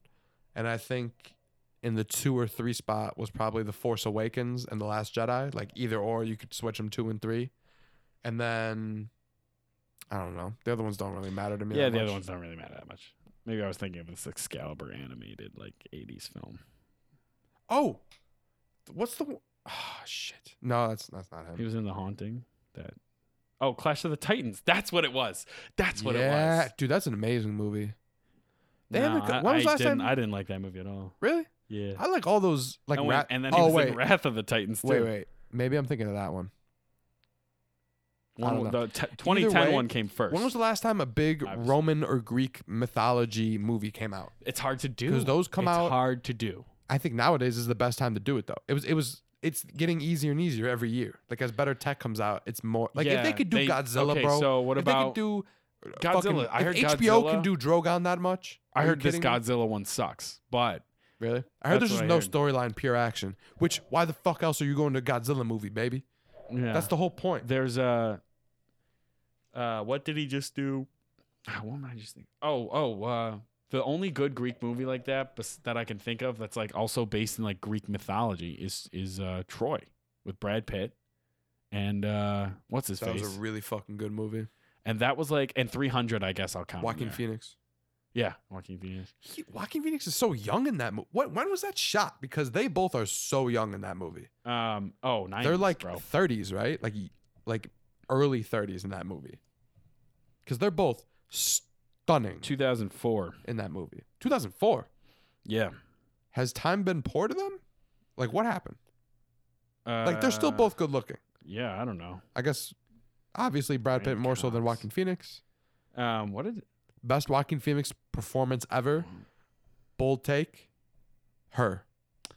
S2: and I think in the two or three spot was probably The Force Awakens and The Last Jedi. Like either or, you could switch them two and three, and then I don't know. The other ones don't really matter to me.
S1: Yeah,
S2: that
S1: the other
S2: much.
S1: ones don't really matter that much. Maybe I was thinking of this Excalibur animated like '80s film.
S2: Oh, what's the? one- Ah, shit. No, that's that's not him.
S1: He was in The Haunting. That oh, Clash of the Titans. That's what it was. That's what it was.
S2: dude, that's an amazing movie. They
S1: No,
S2: haven't co-
S1: I-
S2: when was
S1: I
S2: last
S1: didn't,
S2: time-
S1: I didn't like that movie at all.
S2: Really?
S1: Yeah.
S2: I like all those like.
S1: and, when-
S2: rat-
S1: and then he
S2: oh
S1: was
S2: wait,
S1: in Wrath of the Titans too.
S2: wait, wait. Maybe I'm thinking of that one.
S1: One,
S2: don't
S1: the t- 2010
S2: way,
S1: one came first.
S2: When was the last time a big
S1: I've-
S2: Roman or Greek mythology movie came out?
S1: it's hard to do
S2: 'Cause those come
S1: It's
S2: out-
S1: hard to do.
S2: I think nowadays is the best time to do it though. It was it was it's getting easier and easier every year. Like as better tech comes out, it's more like if
S1: Yeah,
S2: they could do
S1: they-
S2: Godzilla,
S1: okay,
S2: bro.
S1: so what
S2: if
S1: about-
S2: they could do
S1: Godzilla.
S2: Fucking,
S1: I heard
S2: if HBO
S1: Godzilla-
S2: can do Drogon that much.
S1: I
S2: are you
S1: heard this
S2: kidding me?
S1: Godzilla one sucks, but
S2: Really? I heard
S1: That's
S2: there's
S1: what I
S2: just no
S1: heard.
S2: storyline, pure action. Which why the fuck else are you going to a Godzilla movie, baby?
S1: yeah.
S2: [laughs] That's the whole point.
S1: there's a uh what did he just do Ah, what am i just thinking oh oh uh the only good greek movie like that bes- that i can think of that's like also based in like greek mythology is is uh troy with brad pitt and uh what's his
S2: That
S1: face
S2: was a really fucking good movie.
S1: and that was like and 300 i guess i'll count in
S2: Joaquin
S1: there.
S2: Phoenix.
S1: yeah Joaquin Phoenix.
S2: He, Joaquin Phoenix is so young in that movie. What? When was that shot? Because they both are so young in that movie.
S1: um oh 90s,
S2: They're like
S1: bro
S2: 30s, right? Like like early 30s in that movie. Because they're both stunning
S1: 2004
S2: in that movie. 2004.
S1: yeah
S2: Has time been poor to them? Like what happened? Like they're still
S1: Uh,
S2: both good looking.
S1: yeah i don't know
S2: I guess obviously Brad Pitt
S1: Random
S2: more so than
S1: Cox.
S2: Joaquin Phoenix.
S1: um what did
S2: Best Joaquin Phoenix performance ever. Bold take. Her.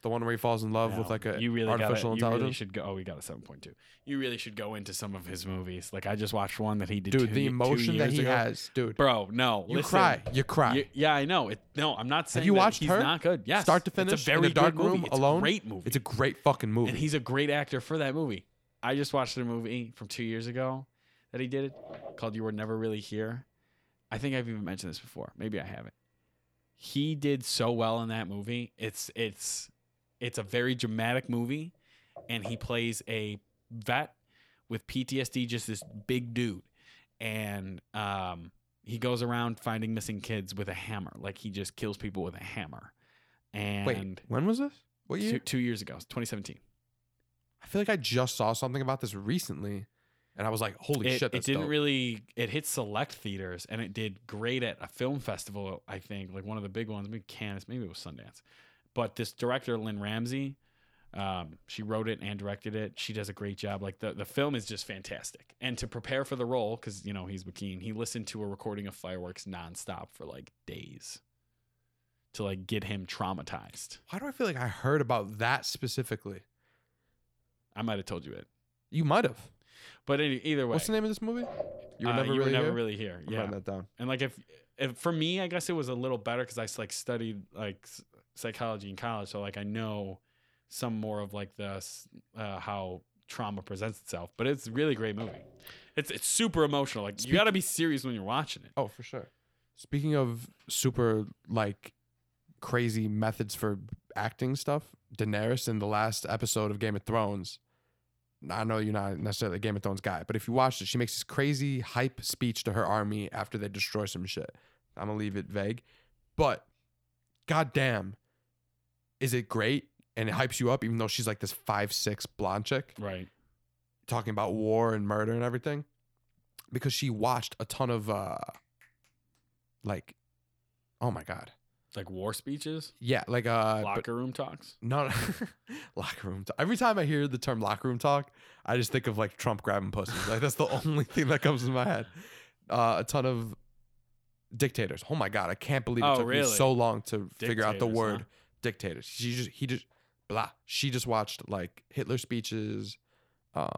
S2: The one where he falls in love
S1: No,
S2: with like a
S1: you really
S2: artificial
S1: gotta, You really
S2: intelligence.
S1: should go. Oh, we got a seven point two. You really should go into some of his movies. Like I just watched one that he did.
S2: dude,
S1: two
S2: the
S1: ye- two
S2: emotion that
S1: years
S2: he
S1: ago.
S2: has, dude.
S1: bro. No,
S2: you
S1: listen.
S2: cry. You cry.
S1: You- yeah, I know. It, no, I'm not saying
S2: you
S1: that
S2: watched
S1: he's
S2: Her?
S1: not good. Yes,
S2: Start to finish
S1: It's a
S2: in a
S1: very
S2: dark
S1: good movie.
S2: room
S1: It's
S2: alone?
S1: A great movie.
S2: it's a great fucking movie.
S1: and he's a great actor for that movie. I just watched a movie from two years ago that he did called You Were Never Really Here. I think I've even mentioned this before. Maybe I haven't. He did so well in that movie. It's it's it's a very dramatic movie and he plays a vet with PTSD, just this big dude. And um he goes around finding missing kids with a hammer. Like he just kills people with a hammer. And
S2: Wait, when was this? What year?
S1: two, two years ago, 2017.
S2: I feel like I just saw something about this recently, and I was like, "Holy
S1: it,
S2: shit!"
S1: it
S2: That's
S1: didn't
S2: dope.
S1: really it hit select theaters and it did great at a film festival i think like one of the big ones maybe Cannes, maybe it was sundance but this director lynn ramsey um, she wrote it and directed it she does a great job like the, the film is just fantastic and to prepare for the role because you know he's Joaquin, he listened to a recording of fireworks nonstop for like days to like get him traumatized
S2: Why do I feel like I heard about that specifically?
S1: i might have told you it
S2: You might have.
S1: but any, either way
S2: What's the name of this movie? You were
S1: uh,
S2: never
S1: you were
S2: really.
S1: never
S2: Here?
S1: really here
S2: I'm
S1: yeah
S2: writing that down.
S1: and like if, if for me i guess it was a little better because i s- like studied like s- psychology in college so like i know some more of like the s- uh, how trauma presents itself but it's a really great movie it's it's super emotional like you
S2: Speak-
S1: got to be serious when you're watching it
S2: Oh, for sure. Speaking of super like crazy methods for acting stuff, Daenerys in the last episode of Game of Thrones. I know you're not necessarily a Game of Thrones guy, but if you watched it, she makes this crazy hype speech to her army after they destroy some shit. I'm gonna leave it vague, but goddamn, is it great? And it hypes you up, even though she's like this five six blonde chick
S1: right
S2: talking about war and murder and everything because she watched a ton of uh like oh my god
S1: like war speeches
S2: yeah like uh but
S1: locker room talks
S2: [laughs] no no. locker room talk every time i hear the term locker room talk i just think of like trump grabbing pussies like that's the [laughs] only thing that comes in my head uh a ton of dictators oh my god i can't believe it
S1: Oh,
S2: took me
S1: really?
S2: so long to figure out the
S1: Dictators,
S2: word
S1: huh?
S2: dictators she just he just blah she just watched like hitler speeches um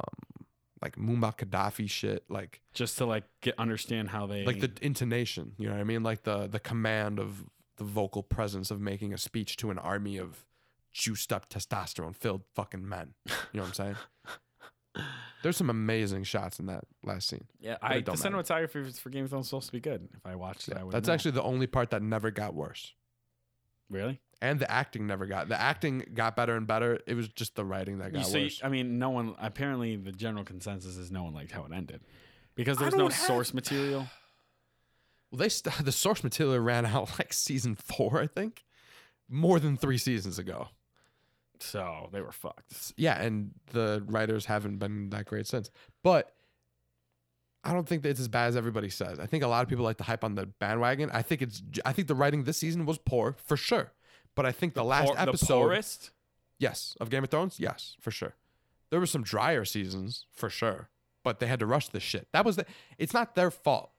S2: like Muammar Gaddafi shit, like
S1: just to like get understand how they
S2: like the intonation you know what i mean like the the command of the vocal presence of making a speech to an army of juiced up testosterone filled fucking men you know what i'm saying
S1: [laughs]
S2: there's some amazing shots in that last scene
S1: yeah
S2: it
S1: i the
S2: don't matter.
S1: cinematography for game of thrones is supposed to be good if i watched it i would
S2: that's
S1: know.
S2: actually the only part that never got worse
S1: really
S2: and the acting never got the acting got better and better it was just the writing that
S1: You-
S2: got
S1: so you-
S2: worse
S1: I mean, no one. Apparently, the general consensus is no one liked how it ended because
S2: I
S1: there's no
S2: don't have-
S1: source material.
S2: well they st- [laughs] the source material ran out like season four i think more than three seasons ago
S1: So they were fucked.
S2: yeah, and the writers haven't been that great since. But I don't think that it's as bad as everybody says. I think a lot of people like to hype on the bandwagon. I think it's I think the writing this season was poor for sure. But I think the, last
S1: Por- The
S2: episode,
S1: poorest?
S2: yes, of Game of Thrones, yes, for sure. There were some drier seasons for sure, but they had to rush this shit. That was the, it's not their fault.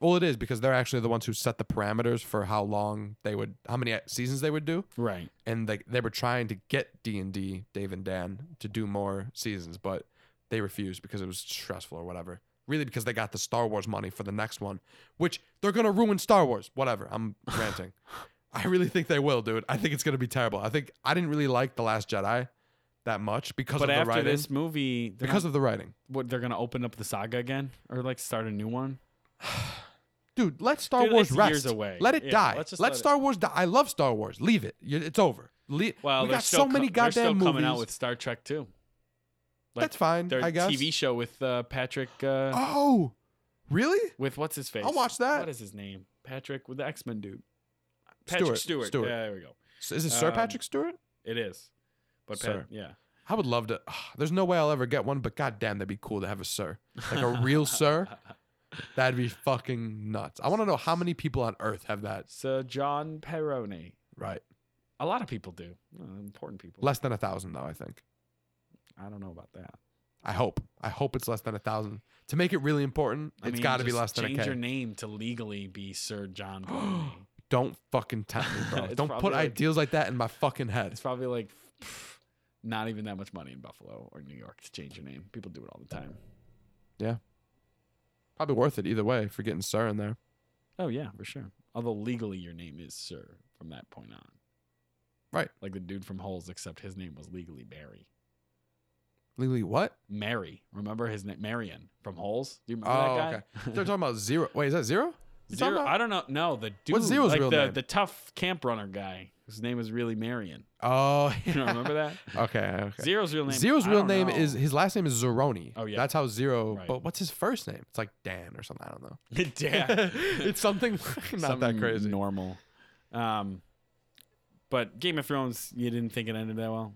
S2: Well, it is because they're actually the ones who set the parameters for how long they would, how many e, seasons they would do
S1: Right.
S2: and like they were trying to get D and D Dave and Dan to do more seasons, but they refused because it was stressful or whatever. Really, because they got the Star Wars money for the next one, which they're gonna ruin Star Wars. Whatever.
S1: [laughs]
S2: I'm ranting. I really think they will, dude. I think it's gonna be terrible. I think I didn't really like the Last Jedi that much because
S1: But
S2: of the
S1: after
S2: writing.
S1: this movie, they're
S2: because
S1: not-
S2: of the writing,
S1: what they're gonna open up the saga again or like start a new one.
S2: dude. Let Star
S1: Dude,
S2: Wars
S1: it's
S2: rest.
S1: years away.
S2: Let it
S1: Yeah,
S2: die.
S1: let's just
S2: let
S1: let it-
S2: Star Wars die. I love Star Wars. Leave it. You- It's over. Le-
S1: Well,
S2: we
S1: they're
S2: got
S1: still
S2: so many
S1: co- they're
S2: goddamn
S1: still
S2: movies.
S1: coming out with Star Trek too. like,
S2: That's fine.
S1: Their
S2: I guess
S1: TV show with uh, Patrick uh,
S2: Oh, really?
S1: with what's his face?
S2: I'll watch that.
S1: What is his name? Patrick with the X Men dude.
S2: Stewart,
S1: Patrick Stewart.
S2: Stewart.
S1: Yeah, there we go.
S2: S- Is it Sir
S1: Um,
S2: Patrick Stewart?
S1: It is. But Pat,
S2: Sir.
S1: yeah.
S2: I would love to. ugh, there's no way I'll ever get one, but goddamn, that'd be cool to have a sir, [laughs] like a
S1: [laughs]
S2: real sir. That'd be fucking nuts. I want to know how many people on Earth have that.
S1: Sir John Peroni.
S2: Right,
S1: A lot of people do. Uh, Important people.
S2: less than a thousand though. I think.
S1: I don't know about that.
S2: I hope. I hope it's less than a thousand. To make it really important,
S1: I
S2: it's
S1: mean,
S2: got to be
S1: just
S2: less than a
S1: change
S2: k.
S1: your name to legally be Sir
S2: [gasps]
S1: John. Peroni.
S2: Don't fucking tempt me,
S1: [laughs]
S2: bro.
S1: It's
S2: Don't
S1: probably
S2: put
S1: like-
S2: ideals like that in my fucking head.
S1: it's probably like pff, not even that much money in Buffalo or New York to change your name. People do it all the time.
S2: Probably worth it either way for getting sir in there.
S1: Oh yeah, for sure. Although legally your name is Sir from that point on.
S2: Right.
S1: Like the dude from Holes, except his name was legally Barry. [laughs]
S2: Lily, what?
S1: Mary. Remember his name? Marion from Holes. Do you remember
S2: Oh,
S1: that guy?
S2: okay.
S1: [laughs]
S2: They're talking about zero. Wait, is that zero? You're talking
S1: Zero.
S2: about-
S1: I don't know. No, the dude.
S2: What's Zero's
S1: like
S2: real
S1: the,
S2: name?
S1: the tough camp runner guy. His name is really [laughs] Marion.
S2: Oh, [laughs]
S1: You don't remember [laughs] that?
S2: okay, okay.
S1: Zero's real name.
S2: Zero's
S1: I
S2: real
S1: don't
S2: name
S1: know.
S2: is
S1: [laughs]
S2: his last name is Zeroni.
S1: Oh, yeah.
S2: that's how zero.
S1: Right.
S2: But what's his first name? It's like Dan or something. I don't know.
S1: yeah.
S2: [laughs] it's something [laughs] not that
S1: Something
S2: crazy.
S1: Normal. Um, but Game of Thrones, you didn't think it ended that well.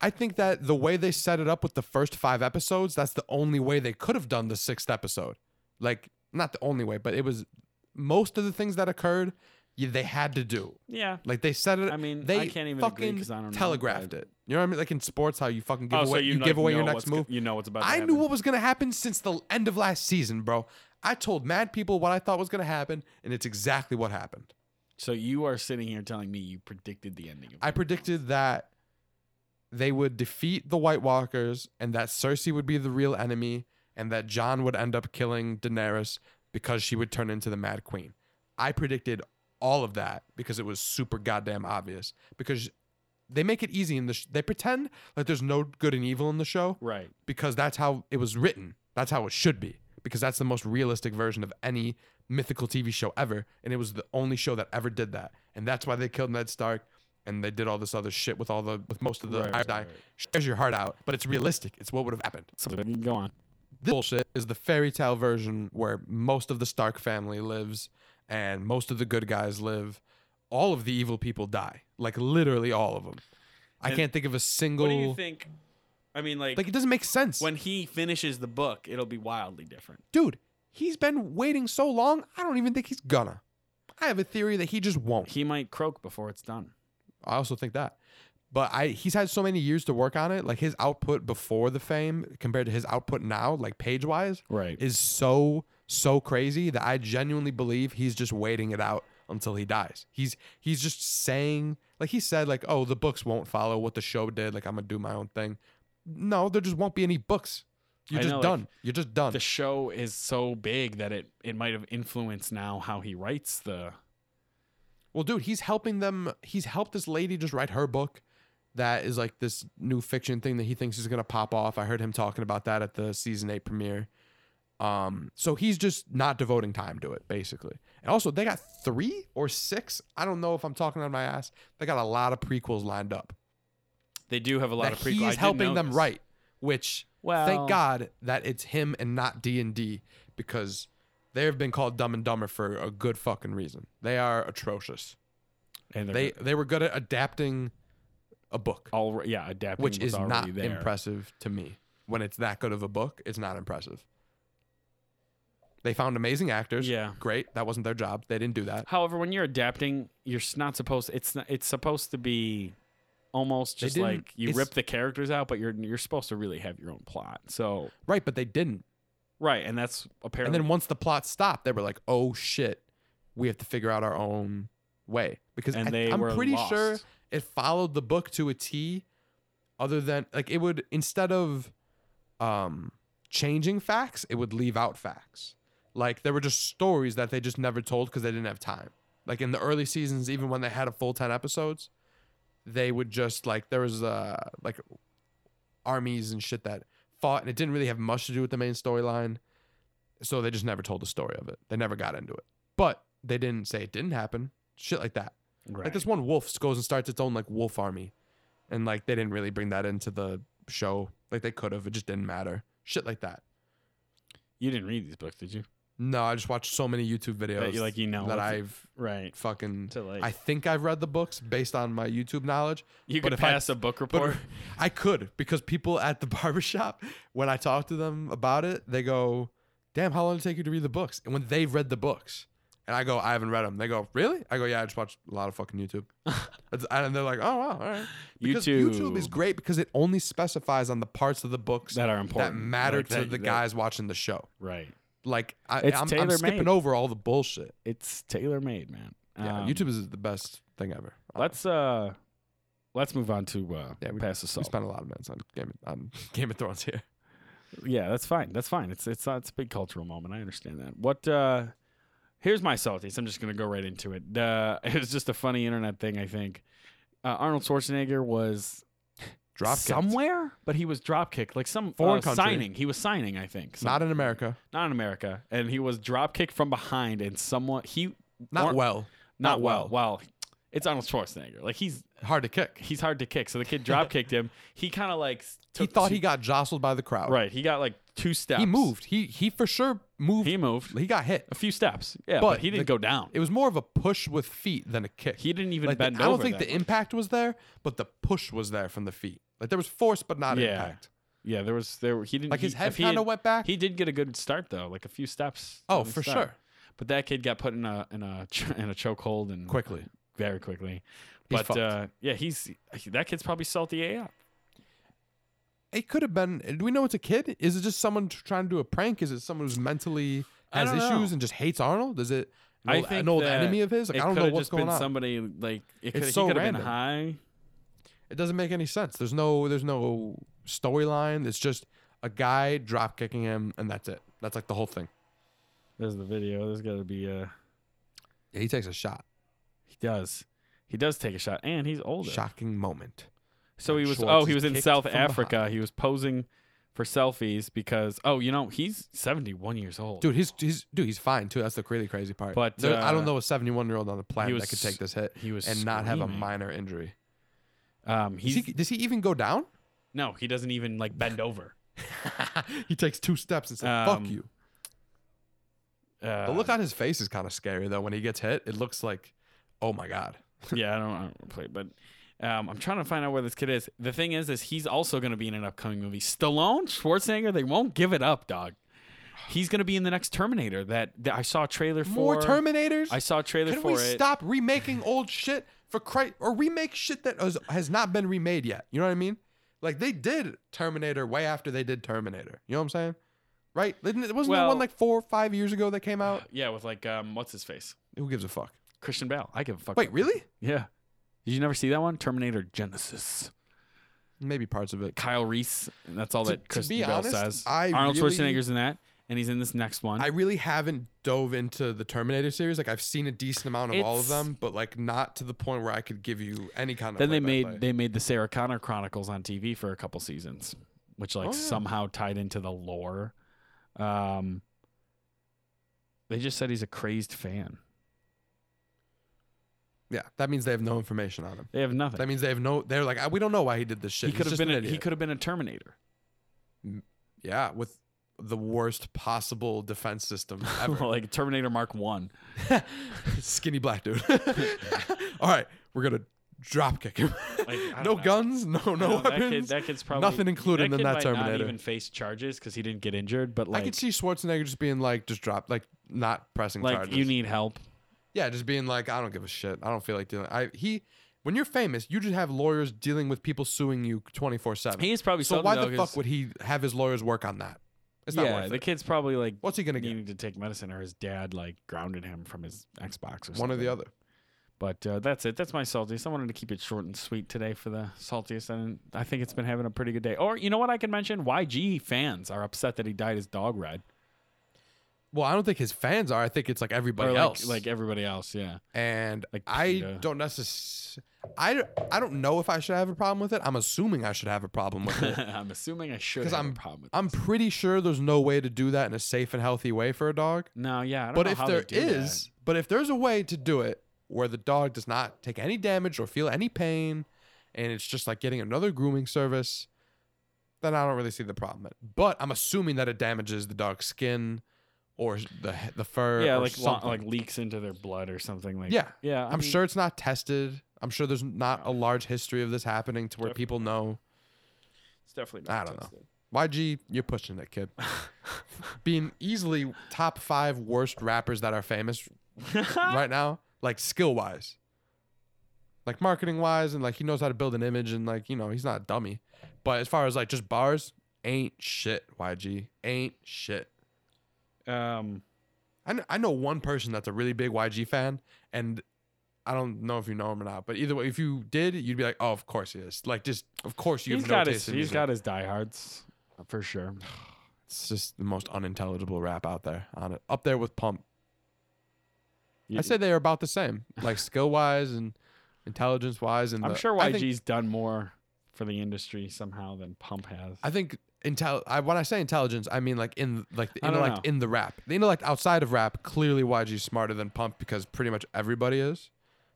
S2: I think that the way they set it up with the first five episodes, that's the only way they could have done the sixth episode. Like, not the only way, but it was most of the things that occurred. You, they had to do.
S1: Yeah.
S2: Like they said it.
S1: I mean,
S2: they
S1: I can't even agree
S2: fucking
S1: 'cause I don't know,
S2: telegraphed
S1: but-
S2: it. You know what I mean? Like in sports, how you fucking give
S1: oh,
S2: away
S1: so
S2: you,
S1: you, like,
S2: give away your
S1: know
S2: next
S1: what's
S2: move.
S1: Go- you know what's about. to
S2: I knew
S1: happen.
S2: what was gonna happen since the end of last season, bro. I told mad people what I thought was gonna happen, and it's exactly what happened.
S1: So you are sitting here telling me you predicted the ending. Of
S2: I predicted that they would defeat the White Walkers, and that Cersei would be the real enemy, and that John would end up killing Daenerys because she would turn into the Mad Queen. I predicted all of that because it was super goddamn obvious. Because they make it easy in the sh- they pretend like there's no good and evil in the show,
S1: right.
S2: because that's how it was written. That's how it should be. Because that's the most realistic version of any mythical TV show ever. And it was the only show that ever did that. And that's why they killed Ned Stark and they did all this other shit with all the with most of the
S1: Right,
S2: I
S1: right,
S2: die.
S1: right.
S2: Shares your heart out. But it's realistic. It's what would have happened.
S1: So go on.
S2: This bullshit is the fairy tale version where most of the Stark family lives and most of the good guys live. All of the evil people die. Like literally all of them. I
S1: And
S2: can't think of a
S1: What do you
S2: single
S1: think? I mean,
S2: like it doesn't make sense.
S1: when he finishes the book, it'll be wildly different.
S2: dude, he's been waiting so long. I don't even think he's gonna. I have a theory that he just won't.
S1: He might croak before it's done.
S2: I also think that. But I he's had so many years to work on it. Like his output before the fame compared to his output now, like page wise,
S1: Right.
S2: is so so crazy that I genuinely believe he's just waiting it out until he dies. He's he's just saying like he said like oh the books won't follow what the show did like I'm gonna do my own thing. No, there just won't be any books. You're
S1: I
S2: just
S1: know, like,
S2: done. You're just done.
S1: the show is so big that it it might have influenced now how he writes the
S2: Well, dude, he's helping them. He's helped this lady just write her book that is like this new fiction thing that he thinks is going to pop off. I heard him talking about that at the season eight premiere. Um, so he's just not devoting time to it, basically. And also, they got three or six. I don't know if I'm talking on my ass. They got a lot of prequels lined up.
S1: they do have a lot
S2: that
S1: of prequels. I
S2: he's
S1: didn't know
S2: helping them
S1: this.
S2: write, which
S1: Well,
S2: thank God that it's him and not D and D because they've been called dumb and dumber for a good fucking reason. They are atrocious
S1: and they're
S2: they they were good at adapting a book,
S1: all yeah adapting
S2: which
S1: was
S2: is
S1: already
S2: not
S1: there.
S2: impressive to me. When it's that good of a book, it's not impressive. They found amazing actors.
S1: Yeah.
S2: great. That wasn't their job. They didn't do that.
S1: However, when you're adapting, you're s- not supposed. It's not, it's supposed to be almost
S2: They
S1: just
S2: didn't-
S1: like you
S2: it's-
S1: rip the characters out, but you're you're supposed to really have your own plot. So
S2: Right, but they didn't.
S1: right, and that's
S2: And
S1: apparently
S2: then once the plot stopped, they were like, "Oh shit, we have to figure out our own way." Because
S1: And
S2: I,
S1: they
S2: I'm
S1: were
S2: pretty sure
S1: lost.
S2: it followed the book to a T. Other than like it would instead of um changing facts, it would leave out facts. Like there were just stories that they just never told because they didn't have time. Like in the early seasons, even when they had a full ten episodes, they would just like there was uh like armies and shit that fought and it didn't really have much to do with the main storyline. So they just never told the story of it. They never got into it. But they didn't say it didn't happen. Shit like that.
S1: right.
S2: Like this one wolf goes and starts its own like wolf army, and like they didn't really bring that into the show. Like they could have, it just didn't matter. Shit like that.
S1: you didn't read these books, did you?
S2: No, I just watched so many YouTube videos
S1: That you like you know
S2: that
S1: what's-
S2: I've
S1: right
S2: fucking.
S1: to like
S2: I think I've read the books based on my YouTube knowledge.
S1: you
S2: but
S1: could
S2: if I-
S1: pass a book
S2: But
S1: report.
S2: I could because people at the [laughs] barbershop, when I talk to them about it, they go, "Damn, how long did it take you to read the books?" And when they've read the books, and I go, "I haven't read them," they go, "Really?" I go, "Yeah, I just watched a lot of fucking
S1: [laughs]
S2: YouTube," That's- and they're like, "Oh wow, all right." Because
S1: YouTube.
S2: YouTube is great because it only specifies on the parts of the books that,
S1: that are important
S2: matter
S1: Like
S2: to
S1: that-
S2: the
S1: that-
S2: guys watching the show.
S1: Right.
S2: Like I,
S1: It's
S2: I'm, I'm
S1: tailor-made.
S2: skipping over all the bullshit.
S1: It's tailor made, man.
S2: Yeah,
S1: Um,
S2: YouTube is the best thing ever.
S1: Let's uh, let's move on to uh,
S2: Yeah, we-
S1: pass the
S2: We
S1: salt.
S2: spent a lot of minutes on Game of, on [laughs] Game of Thrones here.
S1: Yeah, that's fine. That's fine. It's it's not, it's a big cultural moment. I understand that. What uh here's my salties. I'm just gonna go right into [laughs] it. Uh, it was just a funny internet thing. I think uh, Arnold Schwarzenegger was
S2: Drop kicked.
S1: somewhere, but he was drop kicked like some
S2: Foreign
S1: uh,
S2: country.
S1: signing. He was signing, I think, Some-
S2: Not in America.
S1: not in America, and he was drop kicked from behind, and someone he
S2: Not
S1: Or-
S2: well.
S1: not
S2: Not
S1: well.
S2: well.
S1: Well, it's Arnold Schwarzenegger. Like he's
S2: Hard to kick.
S1: he's hard to kick. So the kid
S2: [laughs]
S1: drop kicked him. He kind of like s-
S2: He
S1: took
S2: thought
S1: two-
S2: he got jostled by the crowd.
S1: right. He got like two steps.
S2: He moved. He he for sure moved.
S1: He
S2: He,
S1: moved
S2: got hit.
S1: a few steps. Yeah, but,
S2: But
S1: he didn't
S2: the-
S1: go down.
S2: It was more of a push with feet than a kick.
S1: he didn't even
S2: Like, the-
S1: bend
S2: I don't
S1: over
S2: think
S1: that
S2: the impact was there, but the push was there from the feet. Like there was force, but not
S1: Yeah.
S2: impact.
S1: Yeah, there was there. were- He didn't
S2: Like
S1: he,
S2: his head
S1: if he
S2: kind
S1: had-
S2: of went back.
S1: He did get a good start though, like a few steps.
S2: oh,
S1: on the
S2: for
S1: start.
S2: sure.
S1: But that kid got put in a in a [laughs] ch- in a chokehold and
S2: Quickly.
S1: very quickly.
S2: He's
S1: But
S2: fucked.
S1: uh, yeah, he's that kid's probably salty AF.
S2: It could have been. Do we know it's a kid? Is it just someone tr- trying to do a prank? Is it someone who's mentally
S1: I
S2: has
S1: don't
S2: issues
S1: know.
S2: and just hates Arnold? Is it an
S1: I
S2: old,
S1: think
S2: an old
S1: that
S2: enemy of his? Like,
S1: it
S2: I don't
S1: could
S2: know
S1: have
S2: what's
S1: just been
S2: going on.
S1: somebody like it could
S2: It's so
S1: have been
S2: random.
S1: high.
S2: It doesn't make any sense. There's no there's no storyline. It's just a guy drop kicking him, and that's it. That's like the whole thing.
S1: There's the video. There's got to be uh
S2: Yeah, he takes a shot.
S1: he does. He does take a shot and he's older.
S2: Shocking moment.
S1: So he
S2: And
S1: was
S2: Schwartz
S1: oh, he
S2: is
S1: was in
S2: kicked
S1: South
S2: from
S1: Africa.
S2: behind.
S1: He was posing for selfies because oh, you know, he's 71 years old.
S2: Dude, he's he's dude, he's fine too. That's the crazy crazy part.
S1: But,
S2: There- I
S1: uh,
S2: don't know a 71 year old on the planet
S1: was
S2: that could take this hit
S1: he was
S2: and not have a
S1: screaming.
S2: minor injury.
S1: Um
S2: Is
S1: he's
S2: he, does he even go
S1: [laughs]
S2: down?
S1: no, he doesn't even like bend over.
S2: he takes two steps and says,
S1: Um,
S2: "Fuck you."
S1: Uh,
S2: The look on his face is kind of scary though. When he gets hit, it looks like, oh my god.
S1: yeah, I don't, I don't play, but um, I'm trying to find out where this kid is. The thing is, is he's also going to be in an upcoming movie. Stallone, Schwarzenegger, they won't give it up, dog. He's going to be in the next Terminator. That, that I saw a trailer for.
S2: More Terminators.
S1: I saw a trailer
S2: Can
S1: for
S2: we
S1: it.
S2: stop remaking old shit for Christ or remake shit that has, has not been remade yet? You know what I mean? Like they did Terminator way after they did Terminator. You know what I'm saying? Right? Didn't- Wasn't there
S1: Well-
S2: one like four or five years ago that came out?
S1: Yeah, with like um, what's his face,
S2: Who gives a fuck?
S1: Christian Bale. I give a fuck.
S2: Wait, really?
S1: Yeah. Did you never see that one? Terminator Genesis.
S2: Maybe parts of it.
S1: Kyle Reese. And that's all
S2: To-
S1: that
S2: to
S1: Christian
S2: be
S1: Bale
S2: honest,
S1: says.
S2: I
S1: Arnold
S2: really-
S1: Schwarzenegger's in that, and he's in this next one.
S2: I really haven't dove into the Terminator series. Like I've seen a decent amount of all of
S1: It's-
S2: them, but like not to the point where I could give you any kind of.
S1: then they made
S2: play-by-play.
S1: they made the Sarah Connor Chronicles on TV for a couple seasons, which like
S2: Oh, yeah.
S1: somehow tied into the lore. Um, they just said he's a crazed fan.
S2: yeah, that means they have no information on him.
S1: They have nothing.
S2: That means they have no. They're like, "Ah, we don't know why he did this shit.
S1: he could have been a,
S2: an
S1: he
S2: idiot."
S1: could have been a
S2: [laughs]
S1: Terminator.
S2: Yeah, with the worst possible
S1: [laughs]
S2: defense system ever.
S1: like Terminator Mark One.
S2: [laughs] Skinny black dude. [laughs] All right, we're gonna drop kick him.
S1: I don't
S2: no
S1: know.
S2: guns, no no
S1: [laughs] that, kid,
S2: [laughs] weapons.
S1: that kid's probably
S2: nothing included
S1: that
S2: in
S1: kid
S2: that
S1: might Not
S2: Terminator.
S1: even face charges because he didn't get injured. But
S2: I
S1: like,
S2: could see Schwarzenegger just being like, just drop, like not pressing
S1: like
S2: charges.
S1: you need help.
S2: yeah, just being like, I don't give a shit. I don't feel like dealing. I he. When you're famous, you just have lawyers dealing with people suing you 24 seven.
S1: He is probably
S2: So
S1: something,
S2: why
S1: though,
S2: the fuck
S1: 'cause-
S2: would he have his lawyers work on that? It's not
S1: yeah,
S2: worth
S1: the
S2: it.
S1: kid's probably like
S2: What's he gonna get?
S1: needing to take medicine, or his dad like grounded him from his Xbox or something.
S2: One or the other.
S1: But uh, that's it. That's my saltiest. I wanted to keep it short and sweet today for the saltiest, and I think it's been having a pretty good day. Or you know what I can mention? YG fans are upset that he dyed his dog red,
S2: Well, I don't think his fans are. I think it's like everybody
S1: or like,
S2: else.
S1: like everybody else. Yeah, [laughs]
S2: and
S1: like
S2: I
S1: PETA.
S2: don't necessarily. I, don't- I don't know if I should have a problem with it. I'm assuming I should have a problem with
S1: [laughs]
S2: it.
S1: I'm assuming I should
S2: 'Cause
S1: have a
S2: I'm-
S1: problem with.
S2: I'm pretty sure there's no way to do that in a safe and healthy way for a dog.
S1: no, yeah, I don't
S2: But
S1: know
S2: if
S1: how
S2: there
S1: they do that.
S2: is, but if there's a way to do it where the dog does not take any damage or feel any pain, and it's just like getting another grooming service, then I don't really see the problem. in it. But I'm assuming that it damages the dog's skin or the the fur.
S1: yeah,
S2: or
S1: like lo-
S2: something.
S1: like leaks into their blood or something like.
S2: Yeah.
S1: yeah, I
S2: I'm
S1: mean,
S2: sure it's not tested. I'm sure there's not a large history of this happening to where
S1: Definitely
S2: people know.
S1: It's definitely. not
S2: I don't know.
S1: tested.
S2: YG, you're pushing
S1: [laughs]
S2: it, kid. Being easily top five worst rappers that are famous right now, like skill wise, like marketing wise, and like he knows how to build an image, and like you know he's not a dummy. But as far as like just bars, ain't shit. YG ain't shit.
S1: [laughs] Um,
S2: I know, I know one person that's a really big YG fan, and I don't know if you know him or not, but either way, if you did, you'd be like, oh, of course he is. Like, just of course you
S1: he's
S2: have no
S1: got
S2: taste
S1: his
S2: in
S1: he's
S2: music.
S1: got his diehards uh, for sure.
S2: It's just the most unintelligible rap out there on it, up there with Pump.
S1: You-
S2: I say they are about the same, like skill wise and intelligence wise, and
S1: I'm
S2: the-
S1: sure
S2: I
S1: YG's
S2: think-
S1: done more for the industry somehow than Pump has.
S2: I think intel. I, when I say intelligence, I mean like in like the
S1: I don't
S2: intellect
S1: know.
S2: in the rap. The intellect outside of rap. Clearly, YG's smarter than Pump because pretty much everybody is.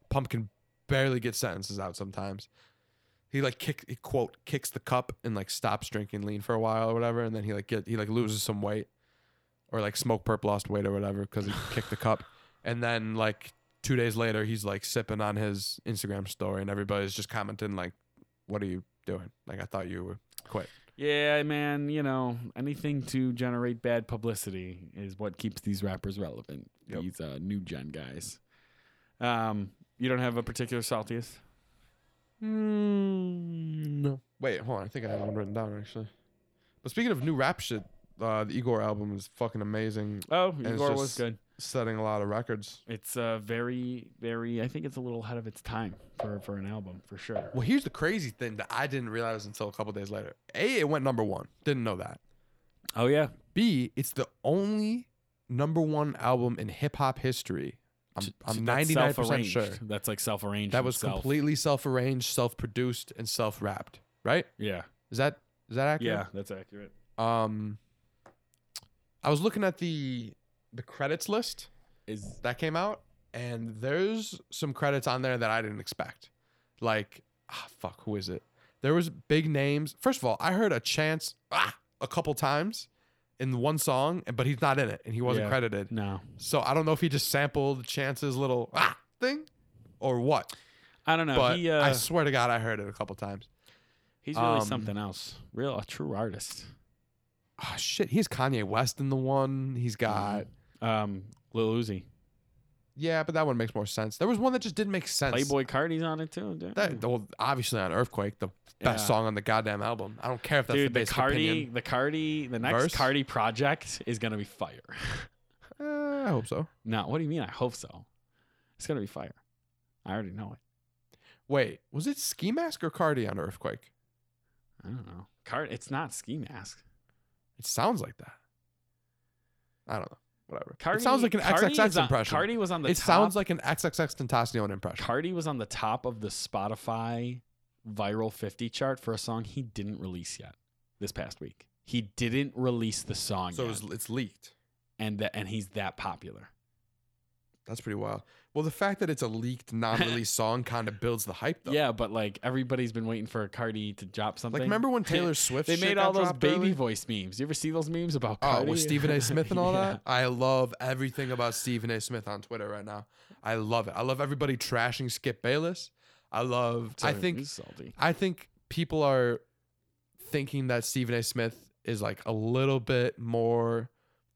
S2: Pump can barely get sentences out sometimes. He like kick he quote kicks the cup and like stops drinking lean for a while or whatever, and then he like get he like loses some weight, or like Smoke Perp lost weight or
S1: [laughs]
S2: whatever because he kicked the cup, and then like two days later he's like sipping on his Instagram story and everybody's just commenting like, "What are you doing? Like I thought you were quit."
S1: yeah, man, you know, anything to generate bad publicity is what keeps these rappers relevant.
S2: Yep.
S1: These uh, new gen guys. Um, you don't have a particular saltiest?
S2: Mm, no. Wait, hold on. I think I had one written down actually. But speaking of new rap shit, uh, the Igor album is fucking amazing,
S1: Oh,
S2: it's
S1: Igor was
S2: just-
S1: good.
S2: setting a lot of records.
S1: It's uh, very, very. I think it's a little ahead of its time for for an album for sure.
S2: Well, here's the crazy thing that I didn't realize until a couple days later. A, it went number one. Didn't know that.
S1: Oh yeah,
S2: B, it's the only number one album in hip hop history. I'm,
S1: T-
S2: I'm
S1: t- that's
S2: 99%
S1: self-arranged.
S2: sure.
S1: that's like self arranged.
S2: That was completely self arranged, self produced, and self rapped, right?
S1: Yeah,
S2: Is that is that accurate?
S1: yeah, that's accurate.
S2: Um, I was looking at the the credits list
S1: Is
S2: that came out, and there's some credits on there that I didn't expect. Like, ah, fuck, who is it? There was big names. First of all, I heard a chance ah, a couple times in one song, and- but he's not in it, and he wasn't
S1: Yeah.
S2: credited.
S1: no,
S2: So I don't know if he just sampled Chance's little ah thing or what.
S1: I don't know.
S2: but
S1: he uh,
S2: I swear to God, I heard it a couple times.
S1: he's really
S2: um,
S1: something else. Real a true artist.
S2: Ah, shit, he's Kanye West in the one. He's got.
S1: Um, Lil Uzi,
S2: Yeah, but that one makes more sense. There was one that just didn't make sense.
S1: Playboy Cardi's on it too. dude.
S2: That well, obviously on Earthquake, the best
S1: Yeah.
S2: song on the goddamn album. I don't care if that's
S1: Dude,
S2: the
S1: the,
S2: basic
S1: Cardi,
S2: opinion.
S1: the Cardi, the next
S2: Verse?
S1: Cardi project is gonna be fire. [laughs]
S2: Uh, I hope so.
S1: no, what do you mean? I hope so. It's gonna be fire. I already know it.
S2: Wait, was it Ski Mask or Cardi on Earthquake?
S1: I don't know. Card. It's not ski mask.
S2: It sounds like that. I don't know. Whatever.
S1: Cardi,
S2: it sounds like an
S1: Cardi is
S2: XXX
S1: on-
S2: impression.
S1: Cardi was on the.
S2: it
S1: top,
S2: sounds like an XXX Tentacion impression.
S1: Cardi was on the top of the Spotify viral 50 chart for a song he didn't release yet. This past week, he didn't release the song
S2: so
S1: yet,
S2: it's, it's leaked.
S1: and that and he's that popular.
S2: That's pretty wild. Well, the fact that it's
S1: [laughs]
S2: a leaked, non-released song kind of builds the hype, though.
S1: Yeah, but like everybody's been waiting for Cardi to drop something.
S2: Oh. Like,
S1: [laughs]
S2: remember when Taylor Swift?
S1: they
S2: shit
S1: made
S2: got
S1: all those
S2: dropped
S1: baby
S2: early?
S1: voice memes? You ever see those memes about
S2: Oh,
S1: Cardi
S2: with
S1: [laughs]
S2: Stephen A. Smith and all
S1: Yeah.
S2: that. I love everything about Stephen A. Smith on Twitter right now. I love it. I love everybody trashing Skip Bayless. I love. I
S1: So
S2: think.
S1: he's salty.
S2: I think people are thinking that Stephen A. Smith is like a little bit more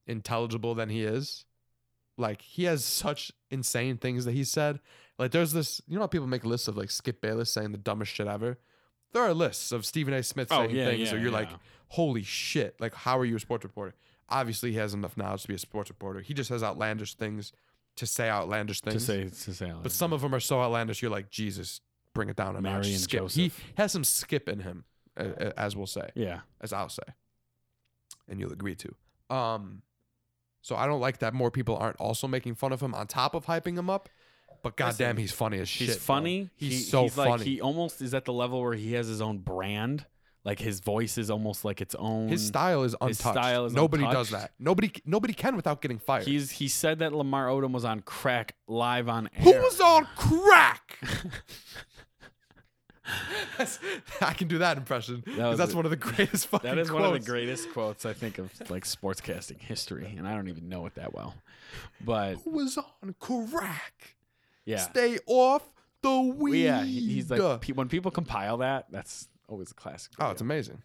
S2: intelligible than he is. Like he has such insane things that he said. Like there's this. You know how people make lists of like Skip Bayless saying the dumbest shit ever. There are lists of Stephen A. Smith
S1: Oh
S2: saying
S1: yeah,
S2: things,
S1: yeah,
S2: or you're
S1: yeah.
S2: like, holy shit like how are you a sports reporter obviously he has enough knowledge to be a sports reporter he just has outlandish things to say outlandish
S1: to
S2: things
S1: say to say. all
S2: but
S1: that.
S2: some of them are so outlandish you're like jesus bring it down a notch
S1: Mary and
S2: skip he
S1: Joseph.
S2: has some skip in him uh, uh, as we'll say
S1: yeah,
S2: as i'll say and you'll agree to um so i don't like that more people aren't also making fun of him on top of hyping him up but
S1: Listen,
S2: goddamn he's funny as shit
S1: he's
S2: bro.
S1: funny.
S2: he's
S1: He-
S2: so
S1: he's
S2: funny
S1: Like, he almost is at the level where he has his own brand. Like his voice is almost like its own.
S2: his style is untouched.
S1: style is
S2: nobody does
S1: untouched.
S2: that. Nobody nobody can without getting fired.
S1: He's he said that Lamar Odom was on crack live on air.
S2: Who was on
S1: [laughs]
S2: crack? That's- I can do that impression. 'cause
S1: was
S2: that's
S1: it.
S2: one of the greatest fucking
S1: [laughs] That is one of
S2: quotes.
S1: the greatest quotes I think of like sportscasting history, and I don't even know it that well. But
S2: Who was on crack?
S1: yeah,
S2: Stay off the
S1: Well,
S2: weed.
S1: yeah, he- he's like pe- when people compile that, that's always a classic.
S2: oh, it's amazing.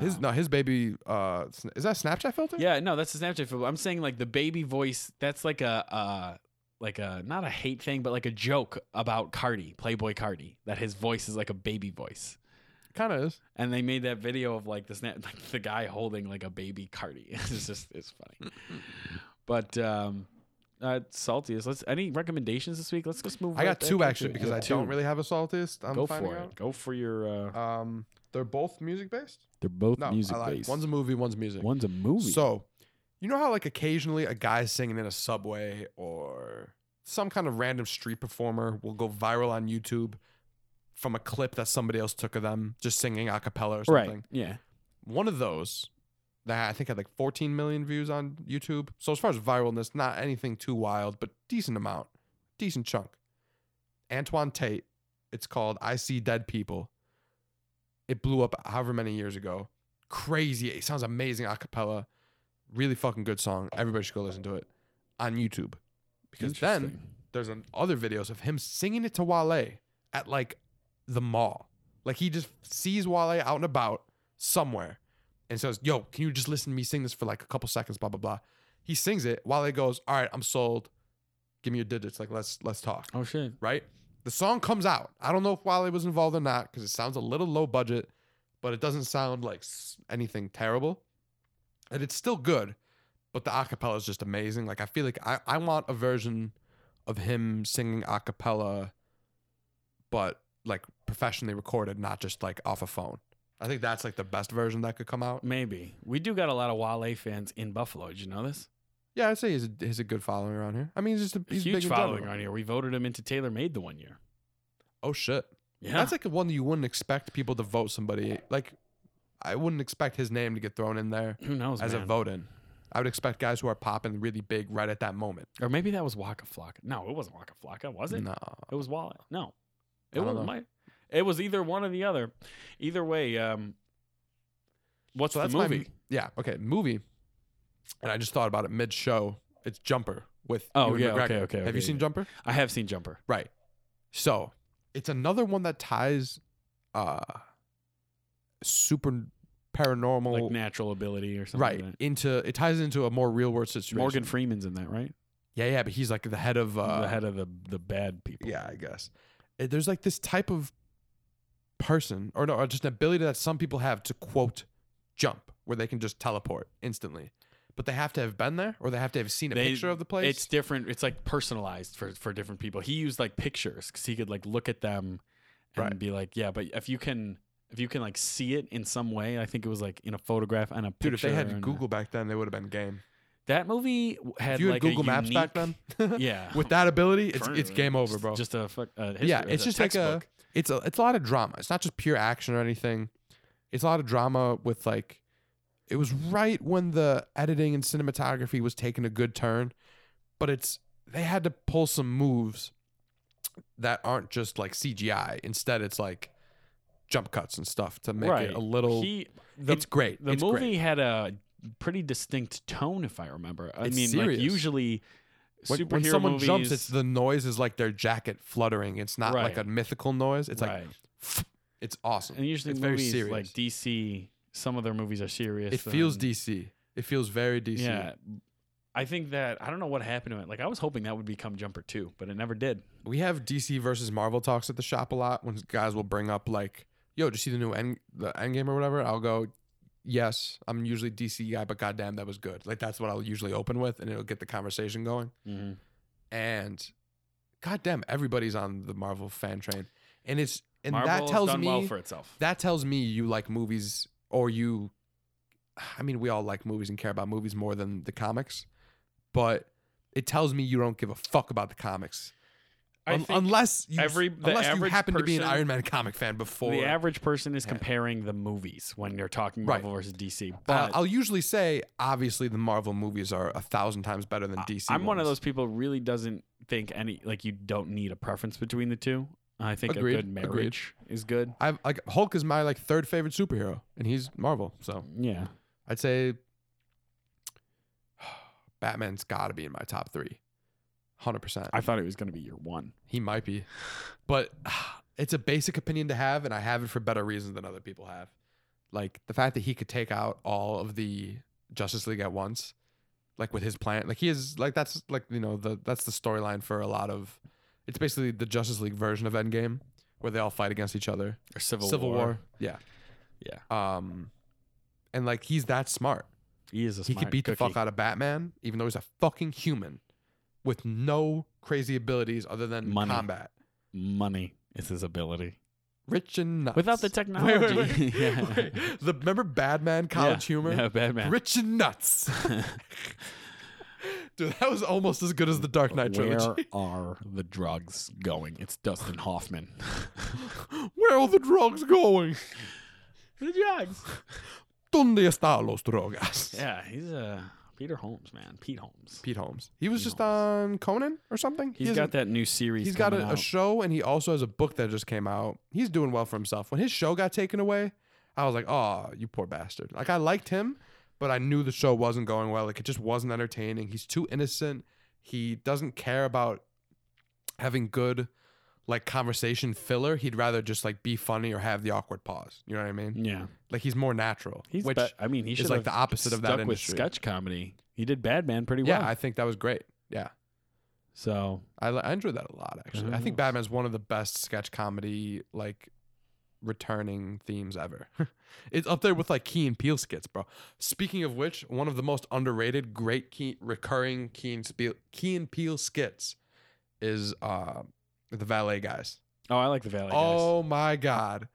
S2: His no, his baby. Uh, sn- is that a Snapchat filter?
S1: Uh-huh. Yeah, no, that's the Snapchat filter. I'm saying like the baby voice. That's like a uh, like a not a hate thing, but like a joke about Cardi, Playboy Cardi, that his voice is like a baby voice.
S2: kind of is.
S1: And they made that video of like the snap, like the guy holding like a baby Cardi. [laughs] it's just it's funny. But um, uh, saltiest. Let's any recommendations this week? Let's just move.
S2: I
S1: right
S2: got
S1: back
S2: two
S1: into
S2: actually
S1: it.
S2: because
S1: Yeah,
S2: I do
S1: two.
S2: don't really have a saltist. I'm
S1: go
S2: finding
S1: for it.
S2: out.
S1: Go for your. Uh,
S2: Um, they're both music based.
S1: they're both
S2: No,
S1: music
S2: I lied.
S1: based.
S2: One's a movie. One's music.
S1: One's a movie.
S2: So, you know how like occasionally a guy singing in a subway or some kind of random street performer will go viral on YouTube from a clip that somebody else took of them just singing a cappella or something.
S1: Right. Yeah.
S2: One of those that I think had like 14 million views on YouTube. So as far as viralness, not anything too wild, but decent amount, decent chunk. Antoine Tate. It's called "I See Dead People." It blew up however many years ago. Crazy. It sounds amazing a cappella. Really fucking good song. Everybody should go listen to it on YouTube because then
S1: Interesting.
S2: there's an, other videos of him singing it to Wale at like the mall. Like he just sees Wale out and about somewhere and says, Yo, can you just listen to me sing this for like a couple seconds? Blah blah blah. He sings it. Wale goes, All right, I'm sold. Give me your digits. Like let's let's talk.
S1: Oh shit.
S2: Right? The song comes out. I don't know if Wale was involved or not, because it sounds a little low budget, but it doesn't sound like s- anything terrible. And it's still good, but the acapella is just amazing. Like I feel like I, I want a version of him singing a cappella, but like professionally recorded, not just like off a phone. I think that's like the best version that could come out.
S1: Maybe we do got a lot of Wale fans in Buffalo. Did you know this?
S2: Yeah, I'd say he's a, he's a good following around here. I mean, he's just a he's big
S1: Huge
S2: in
S1: following
S2: general.
S1: on here. We voted him into Taylor Made the one year.
S2: Oh shit.
S1: Yeah.
S2: That's like one that you wouldn't expect people to vote somebody. Like, I wouldn't expect his name to get thrown in there
S1: [clears throat] Who knows,
S2: as
S1: man?
S2: a vote in. I would expect guys who are popping really big right at that moment.
S1: Or maybe that was Waka Flocka. No, it wasn't Waka Flocka, was it?
S2: No.
S1: It was Wale. No.
S2: I
S1: It
S2: don't
S1: was
S2: know.
S1: my It was either one or the other. Either way, um What's
S2: So
S1: the
S2: that's my-
S1: movie?
S2: Yeah. Okay. Movie. And I just thought about it mid show. It's Jumper with.
S1: Oh,
S2: Ewan
S1: yeah,
S2: McGregor.
S1: okay, okay,
S2: Have
S1: okay,
S2: you seen
S1: yeah.
S2: Jumper?
S1: I have seen Jumper.
S2: Right. So it's another one that ties uh super paranormal.
S1: Like natural ability or something.
S2: right.
S1: like that.
S2: Into. It ties into a more real world situation.
S1: Morgan Freeman's in that, right?
S2: Yeah. Yeah. But he's like the head of. Uh,
S1: the head of the the bad people.
S2: Yeah, I guess. Uh, There's like this type of person, or no, or just an ability that some people have to quote jump, where they can just teleport instantly. But they have to have been there, or they have to have seen a
S1: They-
S2: picture of the place.
S1: It's different. It's like personalized for for different people. He used like pictures because he could like look at them and
S2: Right.
S1: be like, yeah. But if you can, if you can like see it in some way, I think it was like in a photograph and a picture.
S2: dude. If they
S1: and a-
S2: had Google back then, they would have been game.
S1: that movie w- had
S2: If you had
S1: like a
S2: Google Maps back then, [laughs]
S1: unique- [laughs] yeah.
S2: with that ability, it's
S1: Currently,
S2: it's game over,
S1: just-
S2: bro.
S1: Just a fuck. A history,
S2: yeah, it's
S1: a
S2: just like
S1: textbook.
S2: a it's a it's a lot of drama. It's not just pure action or anything. It's a lot of drama with like it was right when the editing and cinematography was taking a good turn, but it's they had to pull some moves that aren't just like CGI. Instead, it's like jump cuts and stuff to make
S1: right.
S2: it a little.
S1: He, the,
S2: it's great.
S1: the
S2: It's
S1: movie
S2: great.
S1: had a pretty distinct tone, if I remember. I
S2: It's
S1: mean, like
S2: serious.
S1: usually.
S2: When,
S1: superhero
S2: when someone
S1: movies,
S2: jumps, it's the noise is like their jacket fluttering. It's not like
S1: Right.
S2: a mythical noise. It's
S1: Right.
S2: like [sniffs] it's awesome.
S1: And usually
S2: It's very
S1: movies
S2: serious.
S1: like DC, some of their movies are serious.
S2: It feels
S1: and-
S2: DC. It feels very DC.
S1: Yeah. I think that I don't know what happened to it. Like I was hoping that would become Jumper 2, but it never did.
S2: We have DC versus Marvel talks at the shop a lot when guys will bring up like, "Yo, did you see the new end the end game or whatever?" I'll go, "Yes, I'm usually DC guy, but goddamn, that was good." Like that's what I'll usually open with, and it'll get the conversation going. And goddamn, everybody's on the Marvel fan train, and it's and
S1: Marvel
S2: that tells
S1: done
S2: me
S1: well for itself.
S2: that tells me you like movies or you i mean we all like movies and care about movies more than the comics but it tells me you don't give a fuck about the comics
S1: I
S2: Un-
S1: think
S2: unless you
S1: every- the
S2: unless you
S1: average
S2: happen to be an
S1: person-
S2: iron man comic fan before
S1: the average person is
S2: Yeah.
S1: comparing the movies when they're talking
S2: Right.
S1: Marvel versus DC.
S2: Uh,
S1: But
S2: i'll usually say obviously the marvel movies are a thousand times better than dc
S1: I'm one of
S2: ones.
S1: those people who really doesn't think any like you don't need a preference between the two. I think
S2: Agreed.
S1: a good
S2: Agreed.
S1: marriage is good.
S2: i've like hulk is my like third favorite superhero and he's marvel so
S1: Yeah.
S2: i'd say [sighs] batman's gotta be in my top three 100%
S1: I thought it was going to be your one.
S2: He might be. But [sighs] it's a basic opinion to have, and I have it for better reasons than other people have. Like the fact that he could take out all of the Justice League at once, like with his plan. Like he is like that's like, you know, the that's the storyline for a lot of it's basically the Justice League version of Endgame, where they all fight against each other.
S1: Or Civil,
S2: Civil
S1: War.
S2: War. Yeah. Yeah. Um and like he's that smart.
S1: He is a
S2: He
S1: smart
S2: could beat the fuck
S1: cookie.
S2: out of Batman, even though he's a fucking human with no crazy abilities other than
S1: Money.
S2: combat.
S1: Money is his ability.
S2: Rich and nuts.
S1: Without the
S2: Wait,
S1: technology. [laughs]
S2: wait, [laughs] wait.
S1: Yeah.
S2: Wait. The remember Bad Man College
S1: Yeah.
S2: Humor?
S1: Yeah, bad [laughs] man.
S2: Rich and nuts. [laughs] Dude, that was almost as good as the Dark Knight
S1: Where
S2: trilogy. [laughs]
S1: are the drugs going? It's Dustin Hoffman.
S2: [laughs] Where are the
S1: [laughs]
S2: drugs going?
S1: The drugs.
S2: Donde están los drogas?
S1: Yeah, he's uh, Peter Holmes, man. Pete Holmes.
S2: Pete Holmes. He was
S1: Pete
S2: just on Conan or something.
S1: He's
S2: He
S1: got
S2: isn't-
S1: that new series.
S2: He's got
S1: coming
S2: a, a
S1: out.
S2: show and he also has a book that just came out. He's doing well for himself. When his show got taken away, I was like, "Oh, you poor bastard!" Like I liked him, but I knew the show wasn't going well. Like it just wasn't entertaining. He's too innocent. He doesn't care about having good like conversation filler. He'd rather just like be funny or have the awkward pause. You know what I mean?
S1: yeah,
S2: Like he's more natural.
S1: he's.
S2: which
S1: be- I mean, he
S2: is
S1: should
S2: like
S1: have
S2: the opposite of that
S1: stuck with
S2: industry.
S1: sketch comedy. He did Bad Man pretty
S2: yeah,
S1: well.
S2: I think that was great. Yeah.
S1: so
S2: I, li- I enjoyed that a lot actually. I think
S1: Nice.
S2: Batman's one of the best sketch comedy like returning themes ever. [laughs] it's up there with like Key and Peele skits, bro. Speaking of which, one of the most underrated great key recurring Key and, Spiel- Key and Peele skits is uh the valet guys.
S1: oh, I like the Valley
S2: oh my god.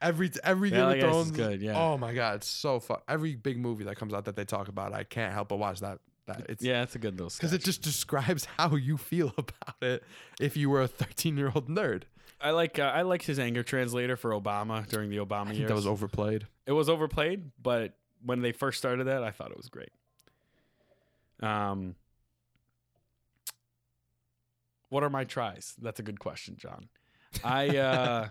S2: Every every
S1: guys. Valley
S2: Game of
S1: guys is
S2: Thrones
S1: good. Yeah.
S2: Oh my god, it's so fun. Every big movie that comes out that they talk about, I can't help but watch that that it's
S1: yeah, that's a good little.
S2: because it
S1: sketch.
S2: just describes how you feel [laughs] about it if you were a 13 year old nerd.
S1: I like uh, I like his anger translator for Obama during the Obama years.
S2: overplayed.
S1: it was overplayed, but when they first started that, I thought it was great. Um, what are my tries? That's a good question, John. I uh,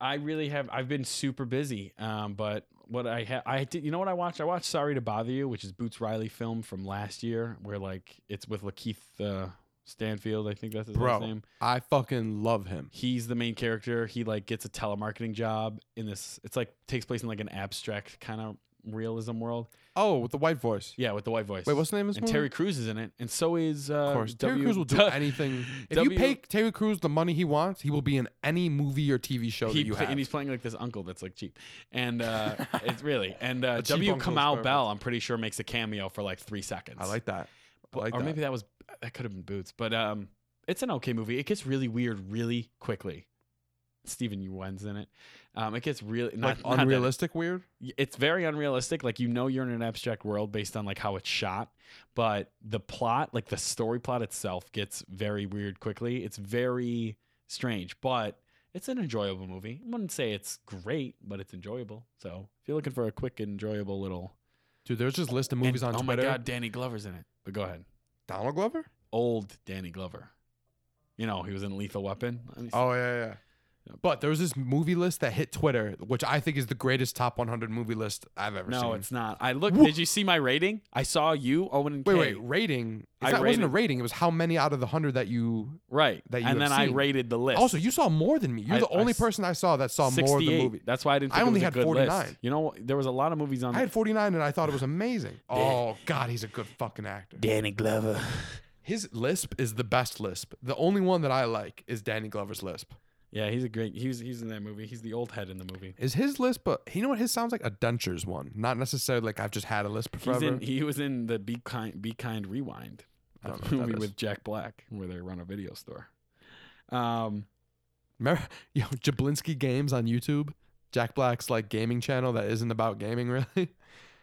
S1: I really have. I've been super busy, um, but what I ha- I did. You know what I watched? I watched Sorry to Bother You, which is Boots Riley film from last year, where like it's with Lakeith uh, Stanfield. I think that's his
S2: Bro.
S1: last name
S2: I fucking love him.
S1: he's the main character he like gets a telemarketing job in this it's like takes place in like an abstract kind of realism world
S2: Oh, with the white voice.
S1: yeah with the white voice
S2: Wait, what's the name of this
S1: and
S2: movie?
S1: Terry Crews is in it and so is uh
S2: Of course, Terry
S1: W- [laughs]
S2: Crews will do anything. If you
S1: W-
S2: pay Terry Crews the money he wants, he will be in any movie or TV show
S1: he
S2: that you
S1: play-
S2: have.
S1: and he's playing like this uncle that's like cheap and
S2: [laughs]
S1: uh it's really and uh
S2: A cheap
S1: W
S2: uncle's
S1: Kamau
S2: perfect.
S1: Bell I'm pretty sure makes a cameo for like 3 seconds
S2: I like that. I like
S1: or
S2: that.
S1: maybe that was that could have been Boots but um it's an okay movie it gets really weird really quickly Steven Yeun's in it um it gets really not
S2: like
S1: not that-
S2: unrealistic weird.
S1: y- it's very unrealistic like you know you're in an abstract world based on like how it's shot but the plot like the story plot itself gets very weird quickly it's very strange but it's an enjoyable movie i wouldn't say it's great but it's enjoyable so if you're looking for a quick enjoyable little
S2: Dude, there's this list of movies
S1: And-
S2: on
S1: oh
S2: Twitter.
S1: my god danny glover's in it but go ahead
S2: Donald Glover?
S1: old danny glover you know he was in lethal weapon Let me see.
S2: Oh yeah, yeah. But there was this movie list that hit Twitter, which I think is the greatest top 100 movie list I've ever seen.
S1: no it's not i look
S2: Wha-
S1: did you see my rating i saw you owen and
S2: Wait,
S1: Kay.
S2: wait, rating.
S1: I
S2: It's not, it wasn't a
S1: rated-
S2: rating. It was how many out of the hundred that you.
S1: right
S2: that you
S1: and
S2: have
S1: then i
S2: seen.
S1: rated the list
S2: Also, you saw more than me. You're
S1: I-
S2: the
S1: I
S2: only
S1: s-
S2: person I saw that saw more of the
S1: 68.
S2: movie.
S1: That's why I didn't.
S2: I
S1: Think it
S2: only
S1: was a
S2: had
S1: good
S2: 49.
S1: List. You know, there was a lot of movies on.
S2: I had 49 and I thought it was amazing.
S1: [laughs]
S2: Oh God, he's a good fucking actor.
S1: Danny Glover.
S2: His lisp is the best lisp. The only one that I like is Danny Glover's lisp.
S1: Yeah, he's a great. He's he's in that movie. He's the old head in the movie.
S2: Is his lisp? But you know what? His sounds like a dentures one, not necessarily like I've just had a lisp
S1: He's
S2: forever.
S1: in, he was in the Be Kind Be Kind Rewind,
S2: I
S1: the
S2: don't
S1: [laughs]
S2: know what that
S1: movie
S2: is.
S1: with Jack Black, where they run a video store. Um,
S2: Remember, [laughs] yo, Jablinski Games on YouTube, Jack Black's like gaming channel that isn't about gaming [laughs] really,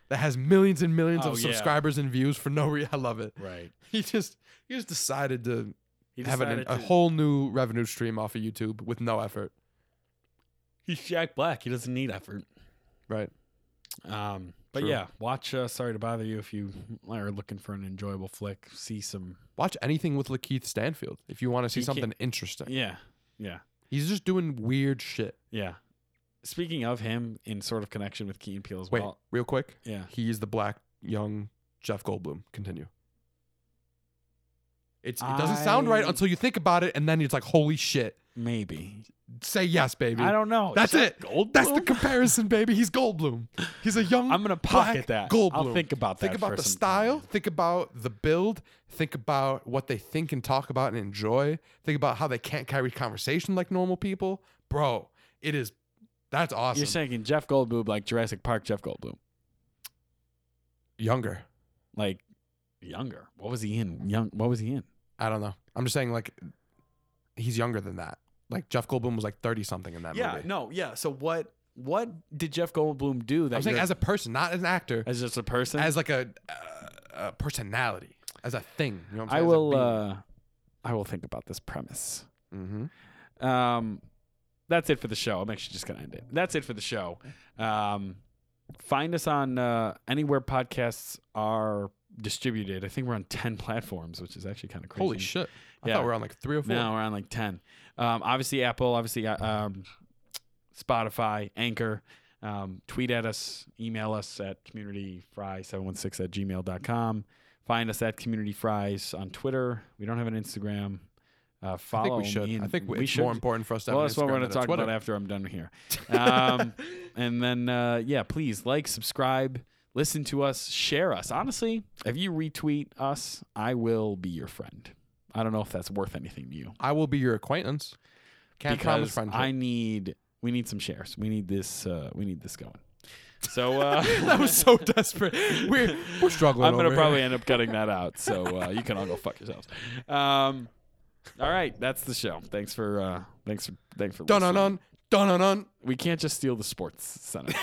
S2: that has millions and millions
S1: Oh,
S2: of
S1: yeah.
S2: subscribers and views for no reason. [laughs] I love it.
S1: right.
S2: He just he just decided to
S1: He
S2: have an,
S1: decided
S2: a
S1: to-
S2: whole new revenue stream off of YouTube with no effort.
S1: He's Jack Black. He doesn't need effort.
S2: Right.
S1: Um, but
S2: True.
S1: yeah, watch. Uh, Sorry to bother you if you are looking for an enjoyable flick. See some.
S2: Watch anything with Lakeith Stanfield if you want to see
S1: He can't-
S2: something interesting.
S1: Yeah. Yeah.
S2: He's just doing weird shit.
S1: Yeah. Speaking of him, in sort of connection with Key and Peele as
S2: Wait,
S1: well.
S2: real quick.
S1: Yeah.
S2: He's the black young Jeff Goldblum. Continue. It's, it doesn't sound right
S1: I-
S2: until you think about it, and then it's like, holy shit.
S1: Maybe.
S2: Say yes, baby.
S1: I don't know. [laughs]
S2: That's
S1: Is
S2: it.
S1: that Goldblum?
S2: That's the comparison, baby. He's Goldblum. He's a young.
S1: I'm gonna
S2: black
S1: pocket that.
S2: Goldblum.
S1: I'll think about that.
S2: Think about
S1: for
S2: the
S1: some
S2: style.
S1: time.
S2: Think about the build. Think about what they think and talk about and enjoy. Think about how they can't carry conversation like normal people, bro. It is. That's awesome.
S1: You're saying Jeff Goldblum like Jurassic Park Jeff Goldblum,
S2: Younger.
S1: like younger. What was he in? Young. What was he in?
S2: I don't know. I'm just saying like he's younger than that. Like Jeff Goldblum was like 30 something in that movie.
S1: No. Yeah. So what? What did Jeff Goldblum do? That
S2: I'm saying
S1: you're-
S2: as a person, not as an actor,
S1: as just a person.
S2: as like a, uh, a personality, as a thing. You know what I'm
S1: I uh,
S2: saying?
S1: will. Uh, I will think about this premise.
S2: mm-hmm.
S1: Um, that's it for the show. I'm actually just gonna end it. That's it for the show. Um, find us on uh, anywhere podcasts are distributed. I think we're on ten [laughs] platforms, which is actually kind of crazy.
S2: Holy shit! I
S1: Yeah.
S2: thought we were on like three or four.
S1: Now we're on like 10. Um, obviously, Apple, obviously, uh, um, Spotify, Anchor. Um, tweet at us, email us at communityfry716 at gmail.com. Find us at Community Fries on Twitter. We don't have an Instagram. Uh,
S2: I
S1: follow
S2: think we should.
S1: me and
S2: I think
S1: we
S2: it's
S1: should.
S2: more important for us to.
S1: Well,
S2: have
S1: that's what we're
S2: going to
S1: talk about after I'm done
S2: [laughs]
S1: here. Um, and then, uh, yeah, please like, subscribe, listen to us, share us. Honestly, if you retweet us, I will be your friend. I don't know if that's worth anything to you.
S2: I will be your acquaintance. Can't promise
S1: because
S2: friendship.
S1: I need we need some shares. We need this uh, we need this going. So uh,
S2: [laughs] [laughs] that was
S1: [laughs]
S2: so desperate. We're we're struggling.
S1: I'm gonna
S2: over
S1: probably
S2: Here.
S1: end up cutting that out. So uh, you can all go fuck yourselves. Um, all right, that's the show. Thanks for uh, thanks for thanks for
S2: Dun dun
S1: listening.
S2: dun dun dun dun.
S1: We can't just steal the sports center.